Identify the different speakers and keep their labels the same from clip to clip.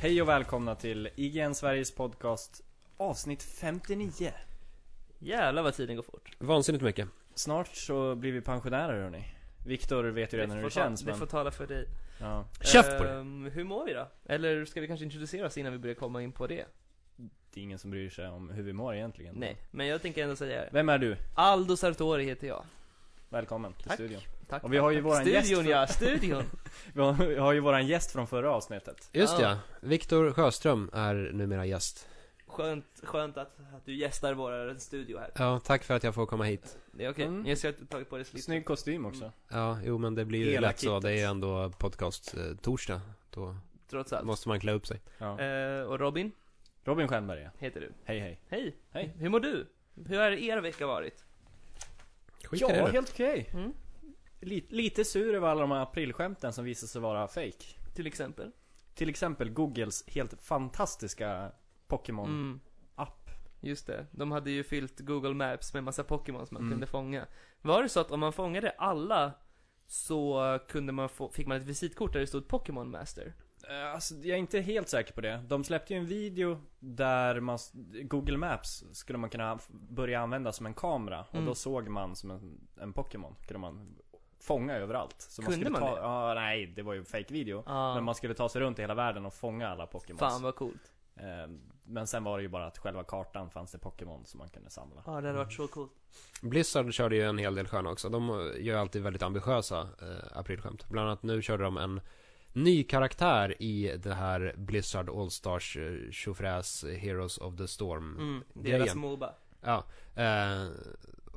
Speaker 1: Hej och välkomna till IGN Sveriges podcast avsnitt 59
Speaker 2: Jävlar vad tiden går fort.
Speaker 3: Vansinnigt mycket.
Speaker 1: Snart så blir vi pensionärer hörni Viktor vet ju redan hur
Speaker 2: får
Speaker 1: det
Speaker 2: ta-
Speaker 1: känns
Speaker 2: det
Speaker 1: men
Speaker 2: får tala för dig.
Speaker 1: ja.
Speaker 3: Käft på dig!
Speaker 2: Ehm, Hur mår vi då? Eller ska vi kanske introducera oss innan vi börjar komma in på det?
Speaker 1: Det är ingen som bryr sig om hur vi mår egentligen
Speaker 2: Nej, men jag tänker ändå säga det.
Speaker 1: Vem är du?
Speaker 2: Aldo Sartori heter jag.
Speaker 1: Välkommen till
Speaker 2: Tack.
Speaker 1: studion
Speaker 2: Tack.
Speaker 1: Och vi har ju
Speaker 2: tack,
Speaker 1: våran
Speaker 2: tack.
Speaker 1: gäst
Speaker 2: Studion
Speaker 1: för-
Speaker 2: ja, studion.
Speaker 1: Vi har- vi har ju våran gäst från förra avsnittet
Speaker 3: Just
Speaker 2: Ja.
Speaker 3: ja, Viktor Sjöström är numera gäst.
Speaker 2: Skönt, skönt att, att du gästar vår studio här.
Speaker 3: Ja, tack för att jag får komma hit.
Speaker 2: Det är okej.
Speaker 1: Mm.
Speaker 2: Jag ska ha tagit på dig slipsen.
Speaker 1: Snygg kostym också
Speaker 2: Mm.
Speaker 3: Ja, jo men det blir ju
Speaker 1: Hela
Speaker 3: lätt så.
Speaker 1: kittet.
Speaker 3: Det är ju ändå podcast-torsdag. Då
Speaker 2: Trots allt.
Speaker 3: måste man klä upp sig.
Speaker 1: ja.
Speaker 2: Eh, och Robin
Speaker 1: Robin Stjernberg ja.
Speaker 2: heter du.
Speaker 1: hej hej
Speaker 2: Hej.
Speaker 1: Hej.
Speaker 2: Hur mår du? Hur har er vecka varit?
Speaker 3: Skit i
Speaker 1: Ja,
Speaker 3: det då.
Speaker 1: helt okej
Speaker 2: Mm.
Speaker 1: Li- Lite sur över alla de här aprilskämten som visar sig vara fake
Speaker 2: Till exempel?
Speaker 1: Till exempel Googles helt fantastiska Pokémon app.
Speaker 2: Mm. Just det, de hade ju fyllt Google Maps med massa Pokémon som man
Speaker 1: Mm.
Speaker 2: kunde fånga. Var det så att om man fångade alla så kunde man få, fick man ett visitkort där det stod Pokémon Master?
Speaker 1: Eh, Alltså, jag är inte helt säker på det. De släppte ju en video där man, s- Google Maps skulle man kunna f- börja använda som en kamera. Och
Speaker 2: Mm.
Speaker 1: då såg man som en, en Pokémon. Kunde man fånga överallt. Så
Speaker 2: Kunde
Speaker 1: skulle
Speaker 2: man
Speaker 1: ta,
Speaker 2: det?
Speaker 1: Ja, nej, det var ju fake video.
Speaker 2: Ah,
Speaker 1: Men man skulle ta sig runt i hela världen och fånga alla Pokémons.
Speaker 2: fan vad coolt.
Speaker 1: Eh, Men sen var det ju bara att själva kartan fanns det Pokémon som man kunde samla.
Speaker 2: Ja, det hade varit så coolt.
Speaker 3: Blizzard körde ju en hel del sköna också. De eh, gör ju alltid väldigt ambitiösa eh, aprilskämt. Bland annat nu körde de en ny karaktär i det här Blizzard All-Stars eh, tjofräs Heroes of the Storm.
Speaker 2: Mm,
Speaker 3: Grejen.
Speaker 2: deras Moba.
Speaker 3: Ja. Eh,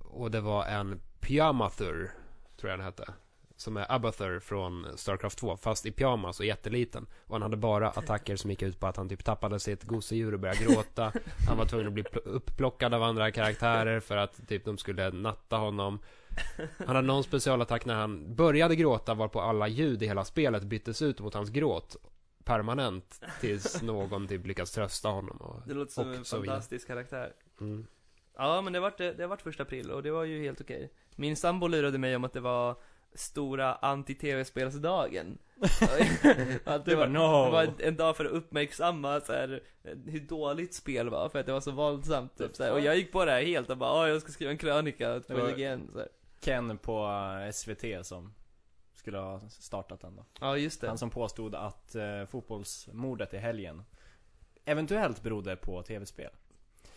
Speaker 3: och det var en Pyamathur, tror jag den hette. Som är Abathur från Starcraft 2, fast i pyjamas och jätteliten. Och han hade bara attacker som gick ut på att han typ tappade sitt gosedjur och började gråta. Han var tvungen att bli pl- upplockad av andra karaktärer för att typ de skulle natta honom. Han hade någon specialattack när han började gråta varpå alla ljud i hela spelet byttes ut mot hans gråt. Permanent tills någon typ lyckas trösta honom och,
Speaker 2: Det låter som
Speaker 3: och
Speaker 2: en
Speaker 3: så vidare.
Speaker 2: fantastisk karaktär.
Speaker 3: Mm.
Speaker 2: Ja, men det vart, det har varit första april och det var ju helt okej. Min sambo lurade mig om att det var stora anti-tv-spelsdagen. att
Speaker 1: Du
Speaker 2: det var,
Speaker 1: bara, "No."
Speaker 2: det var en dag för att uppmärksamma så här, hur dåligt spel var för att det var så våldsamt. Typ, så här. Och jag gick på det här helt och bara, "Ah, jag ska skriva en krönika på
Speaker 1: Det var-
Speaker 2: IGN. Så här.
Speaker 1: Ken på eh, SVT som skulle ha startat den då.
Speaker 2: Ja, just det.
Speaker 1: Han som påstod att eh, fotbollsmordet i helgen eventuellt berodde på tv-spel.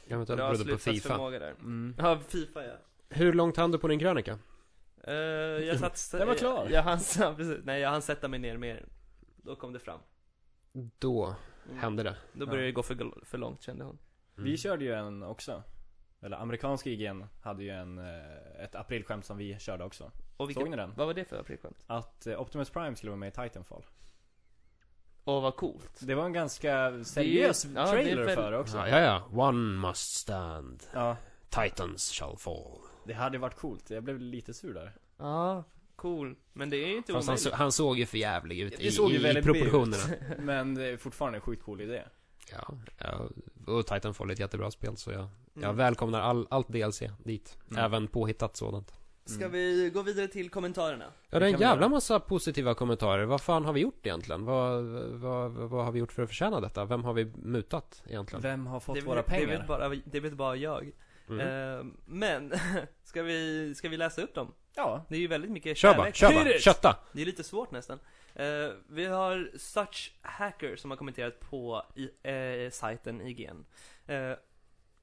Speaker 3: Jag vet inte,
Speaker 2: Bra
Speaker 3: det berodde på
Speaker 2: slutsats
Speaker 3: Fifa.
Speaker 2: förmåga där.
Speaker 1: Mm.
Speaker 2: Ja, Fifa ja.
Speaker 3: Hur långt hann du på din krönika?
Speaker 2: Eh, jag satt...
Speaker 1: Den var klar.
Speaker 2: Jag, jag hann, ja, precis. Nej, jag hann sätta mig ner mer. Då kom det fram.
Speaker 3: Då
Speaker 2: Mm.
Speaker 3: hände det.
Speaker 2: Då började
Speaker 1: Ja.
Speaker 2: det gå för, för långt kände hon.
Speaker 3: Mm.
Speaker 1: Vi körde ju en också. Eller amerikanska IGN hade ju en, eh, ett aprilskämt som vi körde också.
Speaker 2: Och vilket,
Speaker 1: Såg ni den?
Speaker 2: Vad var det för aprilskämt?
Speaker 1: Att eh, Optimus Prime skulle vara med i Titanfall.
Speaker 2: Åh vad coolt.
Speaker 1: Det var en ganska seriös
Speaker 2: ja, det är
Speaker 1: trailer
Speaker 2: väl-
Speaker 1: för det också.
Speaker 3: Ja, ja, ja. One must stand.
Speaker 1: Ja,
Speaker 3: Titans shall fall.
Speaker 1: det hade varit coolt. Jag blev lite sur där.
Speaker 2: Ja, cool. Men det är ju inte
Speaker 3: Fast han,
Speaker 2: omöjligt.
Speaker 3: så, han såg ju för jävlig ut
Speaker 1: Det
Speaker 3: i,
Speaker 1: såg ju
Speaker 3: i, i
Speaker 1: väldigt B ut.
Speaker 3: proportionerna.
Speaker 1: Men det är fortfarande en sjukt cool idé.
Speaker 3: ja, ja, och Titanfall är ett jättebra spel så jag, jag
Speaker 2: Mm.
Speaker 3: välkomnar all, allt DLC dit.
Speaker 1: Mm.
Speaker 3: Även påhittat sådant.
Speaker 2: Ska vi gå vidare till kommentarerna?
Speaker 1: Det
Speaker 3: Ja, det är en
Speaker 1: kan vi göra.
Speaker 3: jävla massa positiva kommentarer. Vad fan har vi gjort egentligen? Vad, vad, vad har vi gjort för att förtjäna detta? Vem har vi mutat egentligen?
Speaker 1: Vem har fått
Speaker 2: det, är väl-
Speaker 1: våra pengar?
Speaker 2: Det vet bara, det vet bara jag.
Speaker 3: Mm.
Speaker 2: Eh, men, ska vi, ska vi läsa upp dem?
Speaker 1: Ja.
Speaker 2: Det är ju väldigt mycket
Speaker 3: Kör bara,
Speaker 2: kärlek.
Speaker 3: kör
Speaker 2: Hit
Speaker 3: bara,
Speaker 2: it!
Speaker 3: kötta!
Speaker 2: Det är lite svårt nästan. Eh, vi har Such Hacker som har kommenterat på i, eh, sajten IGN. Eh,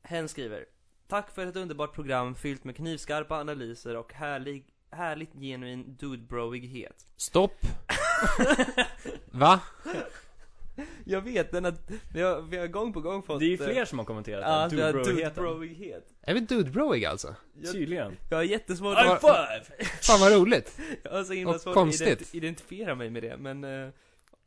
Speaker 2: hen skriver Tack för ett underbart program fyllt med knivskarpa analyser och härlig, härligt genuin dudebroighet.
Speaker 3: Stopp! Va?
Speaker 2: Jag vet, den har, vi, har, vi har gång på gång fått
Speaker 1: Det är ju
Speaker 2: eh,
Speaker 1: fler som har kommenterat
Speaker 2: Ja,
Speaker 1: den.
Speaker 2: vi har
Speaker 1: Dubroheten.
Speaker 2: dudebroighet
Speaker 3: Är vi dudebroig alltså?
Speaker 2: jag,
Speaker 1: Tydligen.
Speaker 2: jag har jättesvårt
Speaker 3: High
Speaker 2: five!
Speaker 3: Fan vad roligt!
Speaker 2: Jag har så himla
Speaker 3: Och
Speaker 2: svårt att
Speaker 3: konstigt.
Speaker 2: ident, identifiera mig med det, men eh,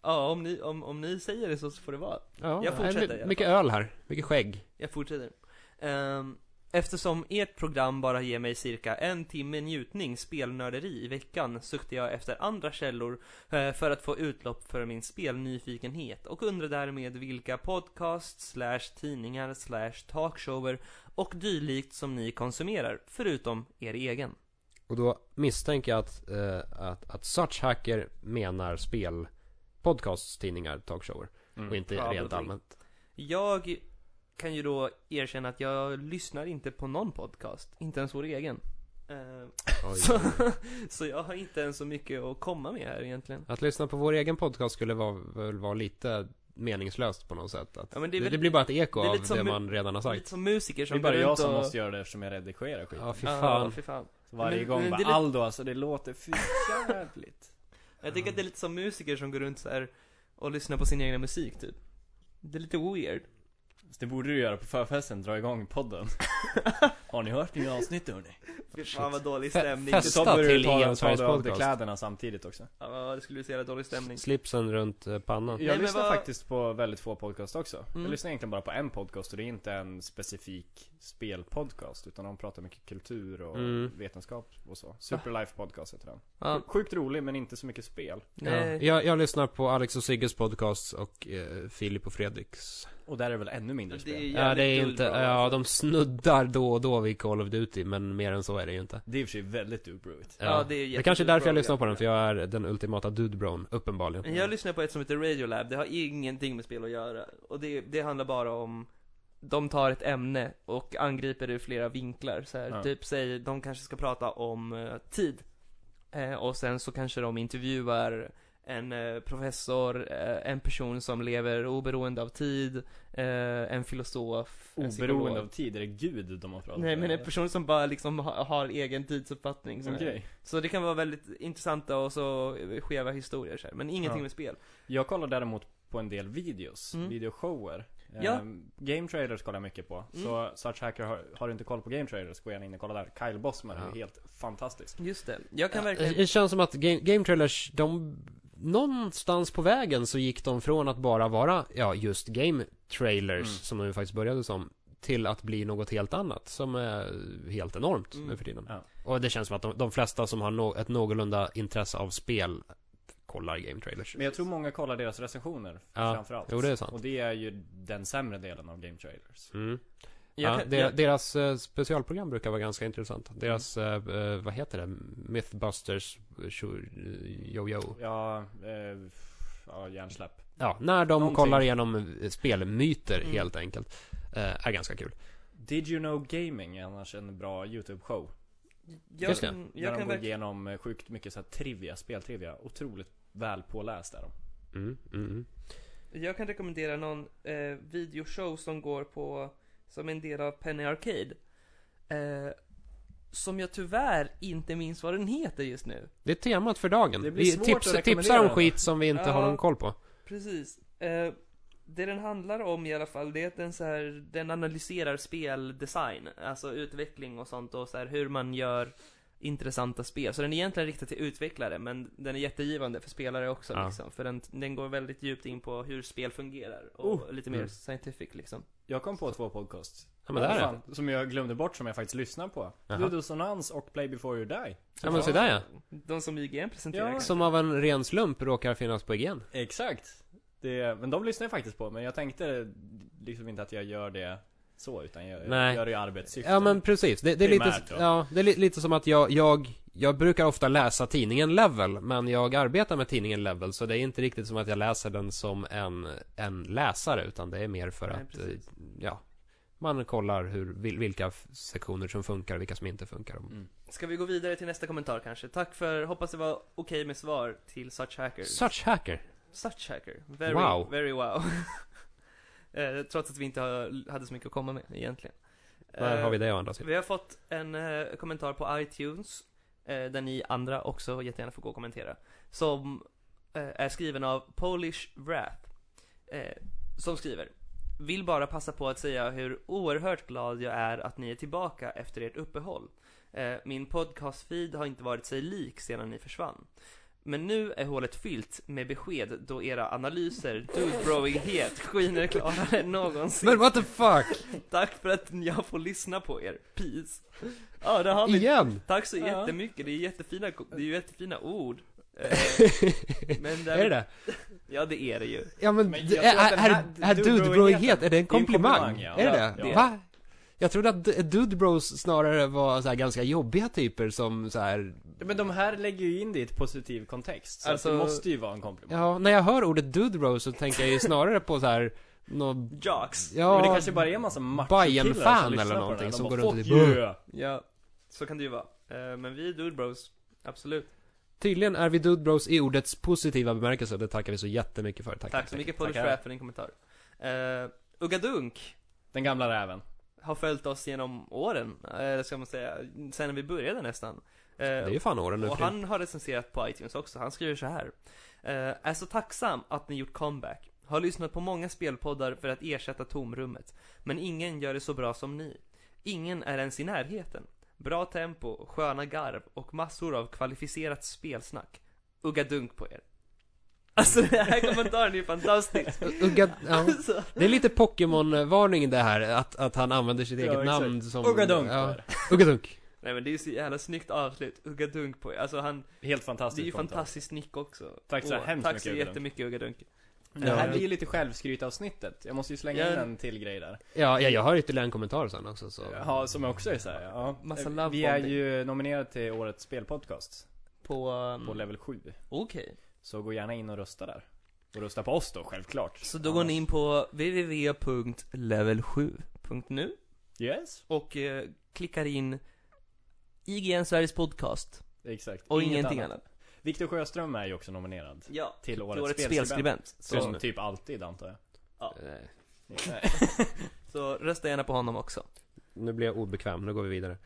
Speaker 2: Ja, om ni, om, om ni säger det så får det vara.
Speaker 3: Ja,
Speaker 2: Jag
Speaker 3: här är
Speaker 2: fortsätter
Speaker 3: my-
Speaker 2: i alla
Speaker 3: Mycket öl här, mycket skägg.
Speaker 2: Jag fortsätter. Ehm, eftersom ert program bara ger mig cirka en timme njutning spelnörderi i veckan suktar jag efter andra källor eh, för att få utlopp för min spelnyfikenhet och undrar därmed vilka podcasts, slash tidningar, slash talkshower och dylikt som ni konsumerar, förutom er egen.
Speaker 3: Och då misstänker jag att, eh, att, att such hacker menar spel, podcasts, tidningar, talkshower.
Speaker 1: Mm.
Speaker 3: och inte
Speaker 2: Mm. Ja,
Speaker 3: rent
Speaker 2: bra.
Speaker 3: allmänt.
Speaker 2: Jag kan ju då erkänna att jag lyssnar inte på någon podcast, inte ens vår egen. Eh,
Speaker 3: Oj.
Speaker 2: så, så jag har inte ens så mycket att komma med här egentligen.
Speaker 3: Att lyssna på vår egen podcast skulle vara, väl vara lite meningslöst på något sätt. Att
Speaker 2: Ja, men det
Speaker 3: det,
Speaker 2: är väl-
Speaker 3: det blir bara ett eko
Speaker 2: det är
Speaker 3: av
Speaker 2: lite som
Speaker 3: det
Speaker 2: mu-
Speaker 3: man redan har sagt.
Speaker 2: Lite som
Speaker 1: Det
Speaker 2: musiker
Speaker 1: är
Speaker 2: som
Speaker 1: bara
Speaker 2: går
Speaker 1: jag
Speaker 2: runt
Speaker 1: som
Speaker 2: och...
Speaker 1: måste göra det efsom jag redigerar skiten
Speaker 3: Ja, fy
Speaker 2: Ja,
Speaker 3: fan.
Speaker 2: fy fan.
Speaker 1: Varje
Speaker 2: men-
Speaker 1: gång
Speaker 2: men
Speaker 1: bara
Speaker 2: det är lite-
Speaker 1: Aldo alltså, det låter för jävligt
Speaker 2: Jag tycker att det är lite som musiker som går runt så här och lyssnar på sin egna musik typ. Det är lite weird.
Speaker 1: Så Det borde du göra på förfesten, dra igång podden Har ni hört nya avsnitt hörni?
Speaker 2: Fy fan vad dålig
Speaker 3: Fe-
Speaker 2: stämning.
Speaker 3: fest- Testa till
Speaker 1: ta,
Speaker 3: Ian
Speaker 1: ta
Speaker 3: Sveriges
Speaker 1: av dig
Speaker 3: podcast.
Speaker 1: kläderna samtidigt också
Speaker 2: Ja, det skulle bli så jävla dålig stämning.
Speaker 3: Slipsen runt eh, pannan.
Speaker 1: Jag
Speaker 2: men
Speaker 1: lyssnar
Speaker 2: vad-
Speaker 1: faktiskt på väldigt få podcast också
Speaker 2: Mm.
Speaker 1: Jag lyssnar egentligen bara på en podcast och det är inte en specifik spelpodcast Utan de pratar mycket kultur och
Speaker 3: Mm.
Speaker 1: vetenskap och så Superlife podcast heter den
Speaker 2: Ja,
Speaker 1: Sjukt rolig men inte så mycket spel
Speaker 3: Ja.
Speaker 2: nej.
Speaker 3: Jag, jag lyssnar på Alex och Sigges podcast och eh, Filip och Fredriks.
Speaker 1: Och där är det väl ännu mindre
Speaker 2: Det är
Speaker 1: spel
Speaker 2: ju
Speaker 3: Ja, det är
Speaker 2: jävligt
Speaker 3: inte,
Speaker 2: dubbelbra,
Speaker 3: ja
Speaker 2: alltså.
Speaker 3: de snuddar då och då vid Call of Duty, men mer än så är det ju inte.
Speaker 1: Det är i och för sig väldigt dubbruigt
Speaker 2: Ja, det är
Speaker 3: det kanske är därför jag
Speaker 2: jättebra
Speaker 3: lyssnar på den, för jag är den ultimata dudebron, uppenbarligen.
Speaker 2: Men Jag lyssnar på ett som heter Radiolab, det har ingenting med spel att göra. Och det, det handlar bara om, de tar ett ämne och angriper det ur flera vinklar. Så här,
Speaker 1: Ja.
Speaker 2: Typ säg, de kanske ska prata om eh, tid. Eh, och sen så kanske de intervjuar en eh, professor, eh, en person som lever oberoende av tid, eh, en filosof, en psykolog.
Speaker 1: Oberoende av tid, alltså. är det gud de har pratat
Speaker 2: Nej
Speaker 1: med,
Speaker 2: men en
Speaker 1: eller?
Speaker 2: person som bara liksom har, har egen tidsuppfattning. liksom Så, här.
Speaker 1: Okej
Speaker 2: så det kan vara väldigt intressanta och så eh, skeva historier så här. men ingenting
Speaker 1: Ja.
Speaker 2: med spel.
Speaker 1: Jag kollar däremot på en del videos,
Speaker 2: Mm.
Speaker 1: videoshower
Speaker 2: Ja. Mm.
Speaker 1: Ehm, Game trailers kollar jag mycket på. Så Such Hacker, har, har du inte koll på Game trailers, gå gärna in och kolla där. Kyle Bossman är
Speaker 3: Ja.
Speaker 1: ju helt fantastisk.
Speaker 2: Just det, jag kan
Speaker 3: Ja,
Speaker 2: verkligen
Speaker 3: Det känns som att game, game trailers, de... Någonstans på vägen så gick de från att bara vara, ja, just game trailers,
Speaker 1: Mm.
Speaker 3: som de ju faktiskt började som, till att bli något helt annat, som är helt enormt
Speaker 2: Mm.
Speaker 3: nu för tiden.
Speaker 1: Ja.
Speaker 3: Och det känns som att de, de flesta som har nå- ett någorlunda intresse av spel kollar game trailers.
Speaker 1: Men jag tror många kollar deras recensioner
Speaker 3: Ja.
Speaker 1: framförallt.
Speaker 3: Jo, det är sant.
Speaker 1: Och det är ju den sämre delen av Game trailers.
Speaker 3: Mm.
Speaker 2: Jag
Speaker 3: Ja,
Speaker 2: kan-
Speaker 3: de,
Speaker 2: jag-
Speaker 3: Deras eh, specialprogram brukar vara ganska intressant.
Speaker 1: Mm.
Speaker 3: Deras, eh, eh, vad heter det? Mythbusters eh, show- eh, Yo-Yo.
Speaker 1: Ja, eh, f- ja hjärnsläpp.
Speaker 3: Ja, när de
Speaker 1: Någonting.
Speaker 3: kollar igenom eh, spelmyter
Speaker 2: Mm.
Speaker 3: helt enkelt. Eh, är ganska kul.
Speaker 1: Did You Know Gaming är annars en bra YouTube-show.
Speaker 2: Jag,
Speaker 3: Just det.
Speaker 2: jag,
Speaker 1: Där de
Speaker 2: kan
Speaker 1: går
Speaker 2: verkligen,
Speaker 1: igenom eh, sjukt mycket så här trivia, speltrivia. Otroligt väl påläst är de.
Speaker 3: Mm, mm, mm.
Speaker 2: jag kan rekommendera någon eh, videoshow som går på, som en del av Penny Arcade. Eh, som jag tyvärr inte minns vad den heter just nu.
Speaker 3: Det är temat för dagen.
Speaker 1: Det blir
Speaker 3: Vi
Speaker 1: svårt
Speaker 3: tips,
Speaker 1: att rekommendera
Speaker 3: tipsar om
Speaker 1: den.
Speaker 3: skit som vi inte har
Speaker 2: Ja.
Speaker 3: någon koll på.
Speaker 2: Precis. Eh, det den handlar om i alla fall, det är att den, så här, den analyserar speldesign, alltså utveckling och sånt och så här, hur man gör intressanta spel. Så den är egentligen riktad till utvecklare, men den är jättegivande för spelare också
Speaker 3: Ja.
Speaker 2: liksom. För den, den går väldigt djupt in på hur spel fungerar och lite mer
Speaker 3: Mm.
Speaker 2: scientific liksom.
Speaker 1: Jag kom på två podcasts.
Speaker 3: Ja, men där är det.
Speaker 1: Fan, Som jag glömde bort som jag faktiskt lyssnar på.
Speaker 3: Jaha.
Speaker 1: Ludosonans och Play Before You Die.
Speaker 3: Ja, men se där ja.
Speaker 2: De som IGN presenterar.
Speaker 1: Ja.
Speaker 2: kanske.
Speaker 3: Som av en ren slump råkar finnas på IGN.
Speaker 1: Exakt. Det, men de lyssnar jag faktiskt på, men jag tänkte liksom inte att jag gör det så, utan jag
Speaker 3: Nej.
Speaker 1: gör det i arbetssyfte.
Speaker 3: Ja
Speaker 2: Liksom.
Speaker 3: men precis, det, det är lite,
Speaker 1: Primärt då.
Speaker 3: ja, det är li, lite som att jag, jag, jag brukar ofta läsa tidningen Level, men jag arbetar med tidningen Level, så det är inte riktigt som att jag läser den som en, en läsare, utan det är mer för
Speaker 2: Nej,
Speaker 3: att, eh,
Speaker 2: precis.
Speaker 3: ja, man kollar hur, vil- vilka f- sektioner som funkar och vilka som inte funkar.
Speaker 1: Mm.
Speaker 2: Ska vi gå vidare till nästa kommentar kanske? Tack för, hoppas det var okej med svar till Such Hacker.
Speaker 3: Such hacker!
Speaker 2: Such hacker. Very,
Speaker 3: Wow.
Speaker 2: very wow. Eh, Trots att vi inte har, hade så mycket att komma med egentligen.
Speaker 3: Där
Speaker 2: Eh,
Speaker 3: har vi det å andra sidan.
Speaker 2: Vi har fått en eh, kommentar på iTunes, eh, där ni andra också jättegärna får gå och kommentera. Som eh, är skriven av Polish Wrap. Eh, som skriver. Vill bara passa på att säga hur oerhört glad jag är att ni är tillbaka efter ert uppehåll. Eh, min podcastfeed har inte varit sig lik sedan ni försvann. Men nu är hålet fyllt med besked då era analyser, dudbrowighet, skiner klarare än någonsin.
Speaker 3: Men what the fuck!
Speaker 2: Tack för att jag får lyssna på er. Peace. Ja, det har vi.
Speaker 3: Igen!
Speaker 2: Tack så
Speaker 1: Ja.
Speaker 2: jättemycket. Det är jättefina, det är ju jättefina ord. Eh, Men
Speaker 3: Är det det?
Speaker 2: Ja, det är det ju.
Speaker 3: Ja men,
Speaker 1: Men jag
Speaker 3: det-
Speaker 1: tror att
Speaker 3: är,
Speaker 1: den
Speaker 3: är,
Speaker 1: här
Speaker 3: är
Speaker 1: dudebroigheten-
Speaker 3: dudebroighet, är det en
Speaker 1: komplimang,
Speaker 3: komplimang?
Speaker 1: ja.
Speaker 3: Är det
Speaker 1: Ja,
Speaker 3: det?
Speaker 1: ja.
Speaker 3: Va? Jag trodde att D- Dude Bros snarare var så här ganska jobbiga typer som så här.
Speaker 1: Men de här lägger ju in det i ett positiv kontext, så
Speaker 3: Alltså-
Speaker 1: att det måste ju vara en komplimang.
Speaker 3: Ja, när jag hör ordet Dude Bros så tänker jag ju snarare på så här. Nå,
Speaker 2: Jocks.
Speaker 3: ja,
Speaker 1: Men det kanske bara är en massa
Speaker 3: Bayern-fan
Speaker 1: machokillar som
Speaker 3: eller
Speaker 1: lyssnar på
Speaker 3: någonting
Speaker 1: den här.
Speaker 3: som
Speaker 1: De
Speaker 3: går
Speaker 1: bara,
Speaker 3: runt och
Speaker 1: "Fuck
Speaker 3: typ,
Speaker 1: yeah."
Speaker 2: Ja, så kan det ju vara. Eh, Men vi är Dude Bros. Absolut.
Speaker 3: Tydligen är vi Dude Bros i ordets positiva bemärkelse och det tackar vi så jättemycket för. Tack.
Speaker 2: Tack så mycket Polish
Speaker 1: Tackar.
Speaker 2: Rap för din kommentar. Uh, Ugga Dunk
Speaker 1: Den gamla räven.
Speaker 2: har följt oss genom åren, eller ska man säga, sen när vi började nästan. Eh,
Speaker 3: Det är ju fan åren nu
Speaker 2: Och
Speaker 3: för tiden.
Speaker 2: han har recenserat på iTunes också, han skriver så här. Eh, är så tacksam att ni gjort comeback. Har lyssnat på många spelpoddar för att ersätta tomrummet. Men ingen gör det så bra som ni. Ingen är ens i närheten. Bra tempo, sköna garv och massor av kvalificerat spelsnack. Ugga dunk på er. Alltså den här kommentaren är ju fantastisk.
Speaker 3: Ugga, ja.
Speaker 2: Alltså,
Speaker 3: Det är lite Pokémon-varning det här, att, att han använder sitt
Speaker 1: Ja,
Speaker 3: eget
Speaker 1: exakt.
Speaker 3: namn som...
Speaker 1: Uggadunk
Speaker 3: Ja.
Speaker 1: ja.
Speaker 3: Uggadunk.
Speaker 2: nej men det är ju så jävla snyggt avslut. Ugga dunk på er. Alltså han,
Speaker 1: Helt
Speaker 2: det är ju
Speaker 1: fantastiskt konto.
Speaker 2: fantastiskt nick också.
Speaker 1: Tack så
Speaker 2: Åh,
Speaker 1: hemskt
Speaker 2: Tack
Speaker 1: mycket,
Speaker 2: så
Speaker 1: Ugga Dunk.
Speaker 2: jättemycket Ugga dunk.
Speaker 1: Det här
Speaker 3: Ja.
Speaker 1: blir ju lite självskrytavsnittet. Jag måste ju slänga
Speaker 2: Ja.
Speaker 1: in en till grej där.
Speaker 3: Ja, ja, jag har ytterligare en kommentar sen också så...
Speaker 1: Ja, som också är såhär, ja.
Speaker 2: Massa love
Speaker 1: Vi är
Speaker 2: bombing.
Speaker 1: ju nominerade till årets spelpodcast
Speaker 2: På...
Speaker 1: på
Speaker 2: ehm,
Speaker 1: level 7.
Speaker 2: Okej.
Speaker 1: Så gå gärna in och rösta där. Och rösta på oss då, självklart.
Speaker 2: Så då går ni in på www.level7.nu
Speaker 1: Yes,
Speaker 2: och eh, klickar in IGN Sveriges podcast
Speaker 1: exakt.
Speaker 2: och
Speaker 1: Inget
Speaker 2: ingenting annat.
Speaker 1: Viktor Sjöström är ju också nominerad.
Speaker 2: Ja.
Speaker 1: Till
Speaker 2: Årets,
Speaker 1: årets,
Speaker 2: årets
Speaker 1: spelskribent.
Speaker 2: spelskribent. Så,
Speaker 1: Som typ alltid antar jag.
Speaker 3: Eh,
Speaker 1: Nej.
Speaker 2: så rösta gärna på honom också.
Speaker 3: Nu blir jag obekväm, nu går vi vidare.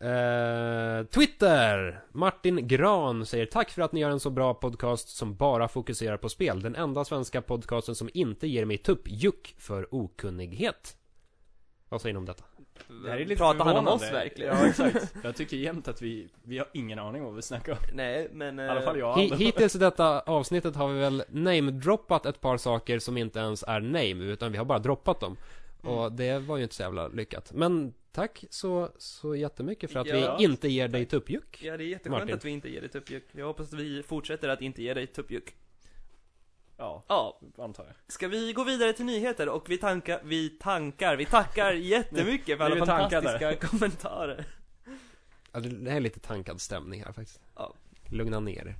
Speaker 3: Eh, Twitter! Martin Gran säger Tack för att ni gör en så bra podcast som bara fokuserar på spel. Den enda svenska podcasten som inte ger mig tuppjuck för okunnighet. Vad säger ni om detta?
Speaker 1: Det här är lite
Speaker 2: Pratar han om
Speaker 1: förvånande.
Speaker 2: oss verkligen?
Speaker 1: Ja, exakt. Jag tycker jämt att vi, vi har ingen aning om vad vi snackar om.
Speaker 2: Nej, men... eh,
Speaker 1: I alla fall jag.
Speaker 3: Hi- Hittills i detta avsnittet har vi väl namedroppat ett par saker som inte ens är name, utan vi har bara droppat dem. Och
Speaker 2: Mm.
Speaker 3: det var ju inte så jävla lyckat. Men tack så, så jättemycket för att
Speaker 2: Ja.
Speaker 3: vi inte ger dig tuppjuck.
Speaker 2: Ja, det är jätteskönt
Speaker 3: Martin.
Speaker 2: att vi inte ger dig tuppjuck. Jag hoppas att vi fortsätter att inte ge dig tuppjuck.
Speaker 1: Ja,
Speaker 2: Ja,
Speaker 1: antar jag.
Speaker 2: ska vi gå vidare till nyheter och vi tankar, vi tankar, vi tackar jättemycket
Speaker 1: Nu
Speaker 2: för
Speaker 1: är
Speaker 2: alla
Speaker 1: vi tankade.
Speaker 2: fantastiska kommentarer.
Speaker 3: Ja, det det är lite tankad stämning här faktiskt.
Speaker 2: Ja.
Speaker 3: Lugna ner er.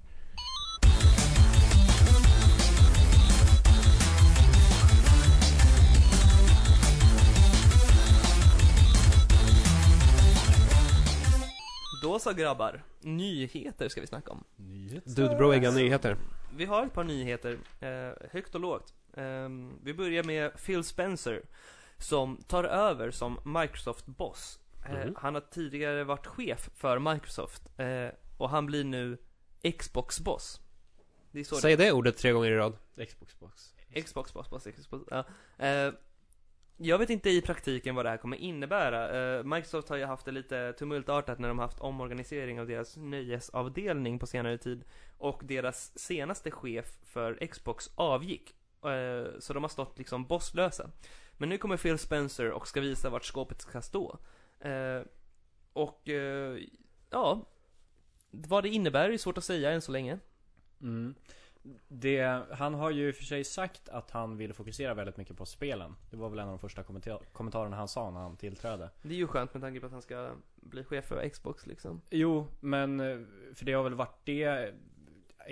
Speaker 2: Då så grabbar, nyheter ska vi snacka om.
Speaker 3: Dudebroiga nyheter.
Speaker 2: Vi har ett par nyheter, eh, högt och lågt. Eh, vi börjar med Phil Spencer, som tar över som Microsoft-boss. Eh,
Speaker 3: Mhm.
Speaker 2: Han har tidigare varit chef för Microsoft, eh, och han blir nu Xbox-boss. Det är så
Speaker 3: Säg det ordet tre gånger i rad.
Speaker 1: Xbox box.
Speaker 2: det Xbox, boss, boss, Xbox, ja. eh, Jag vet inte i praktiken vad det här kommer innebära. Eh, Microsoft har ju haft det lite tumultartat när de haft omorganisering av deras nöjesavdelning på senare tid. Och deras senaste chef för Xbox avgick. Eh, så de har stått liksom bosslösa. Men nu kommer Phil Spencer och ska visa vart skåpet ska stå. Eh, och eh, ja, vad det innebär är svårt att säga än så länge.
Speaker 1: Mm. Det, han har ju i och för sig sagt att han vill fokusera väldigt mycket på spelen. Det var väl en av de första kommenta- kommentarerna han sa när han tillträdde.
Speaker 2: Det är ju skönt med tanke på att han ska bli chef för Xbox liksom.
Speaker 1: Jo, men eh, för det har väl varit det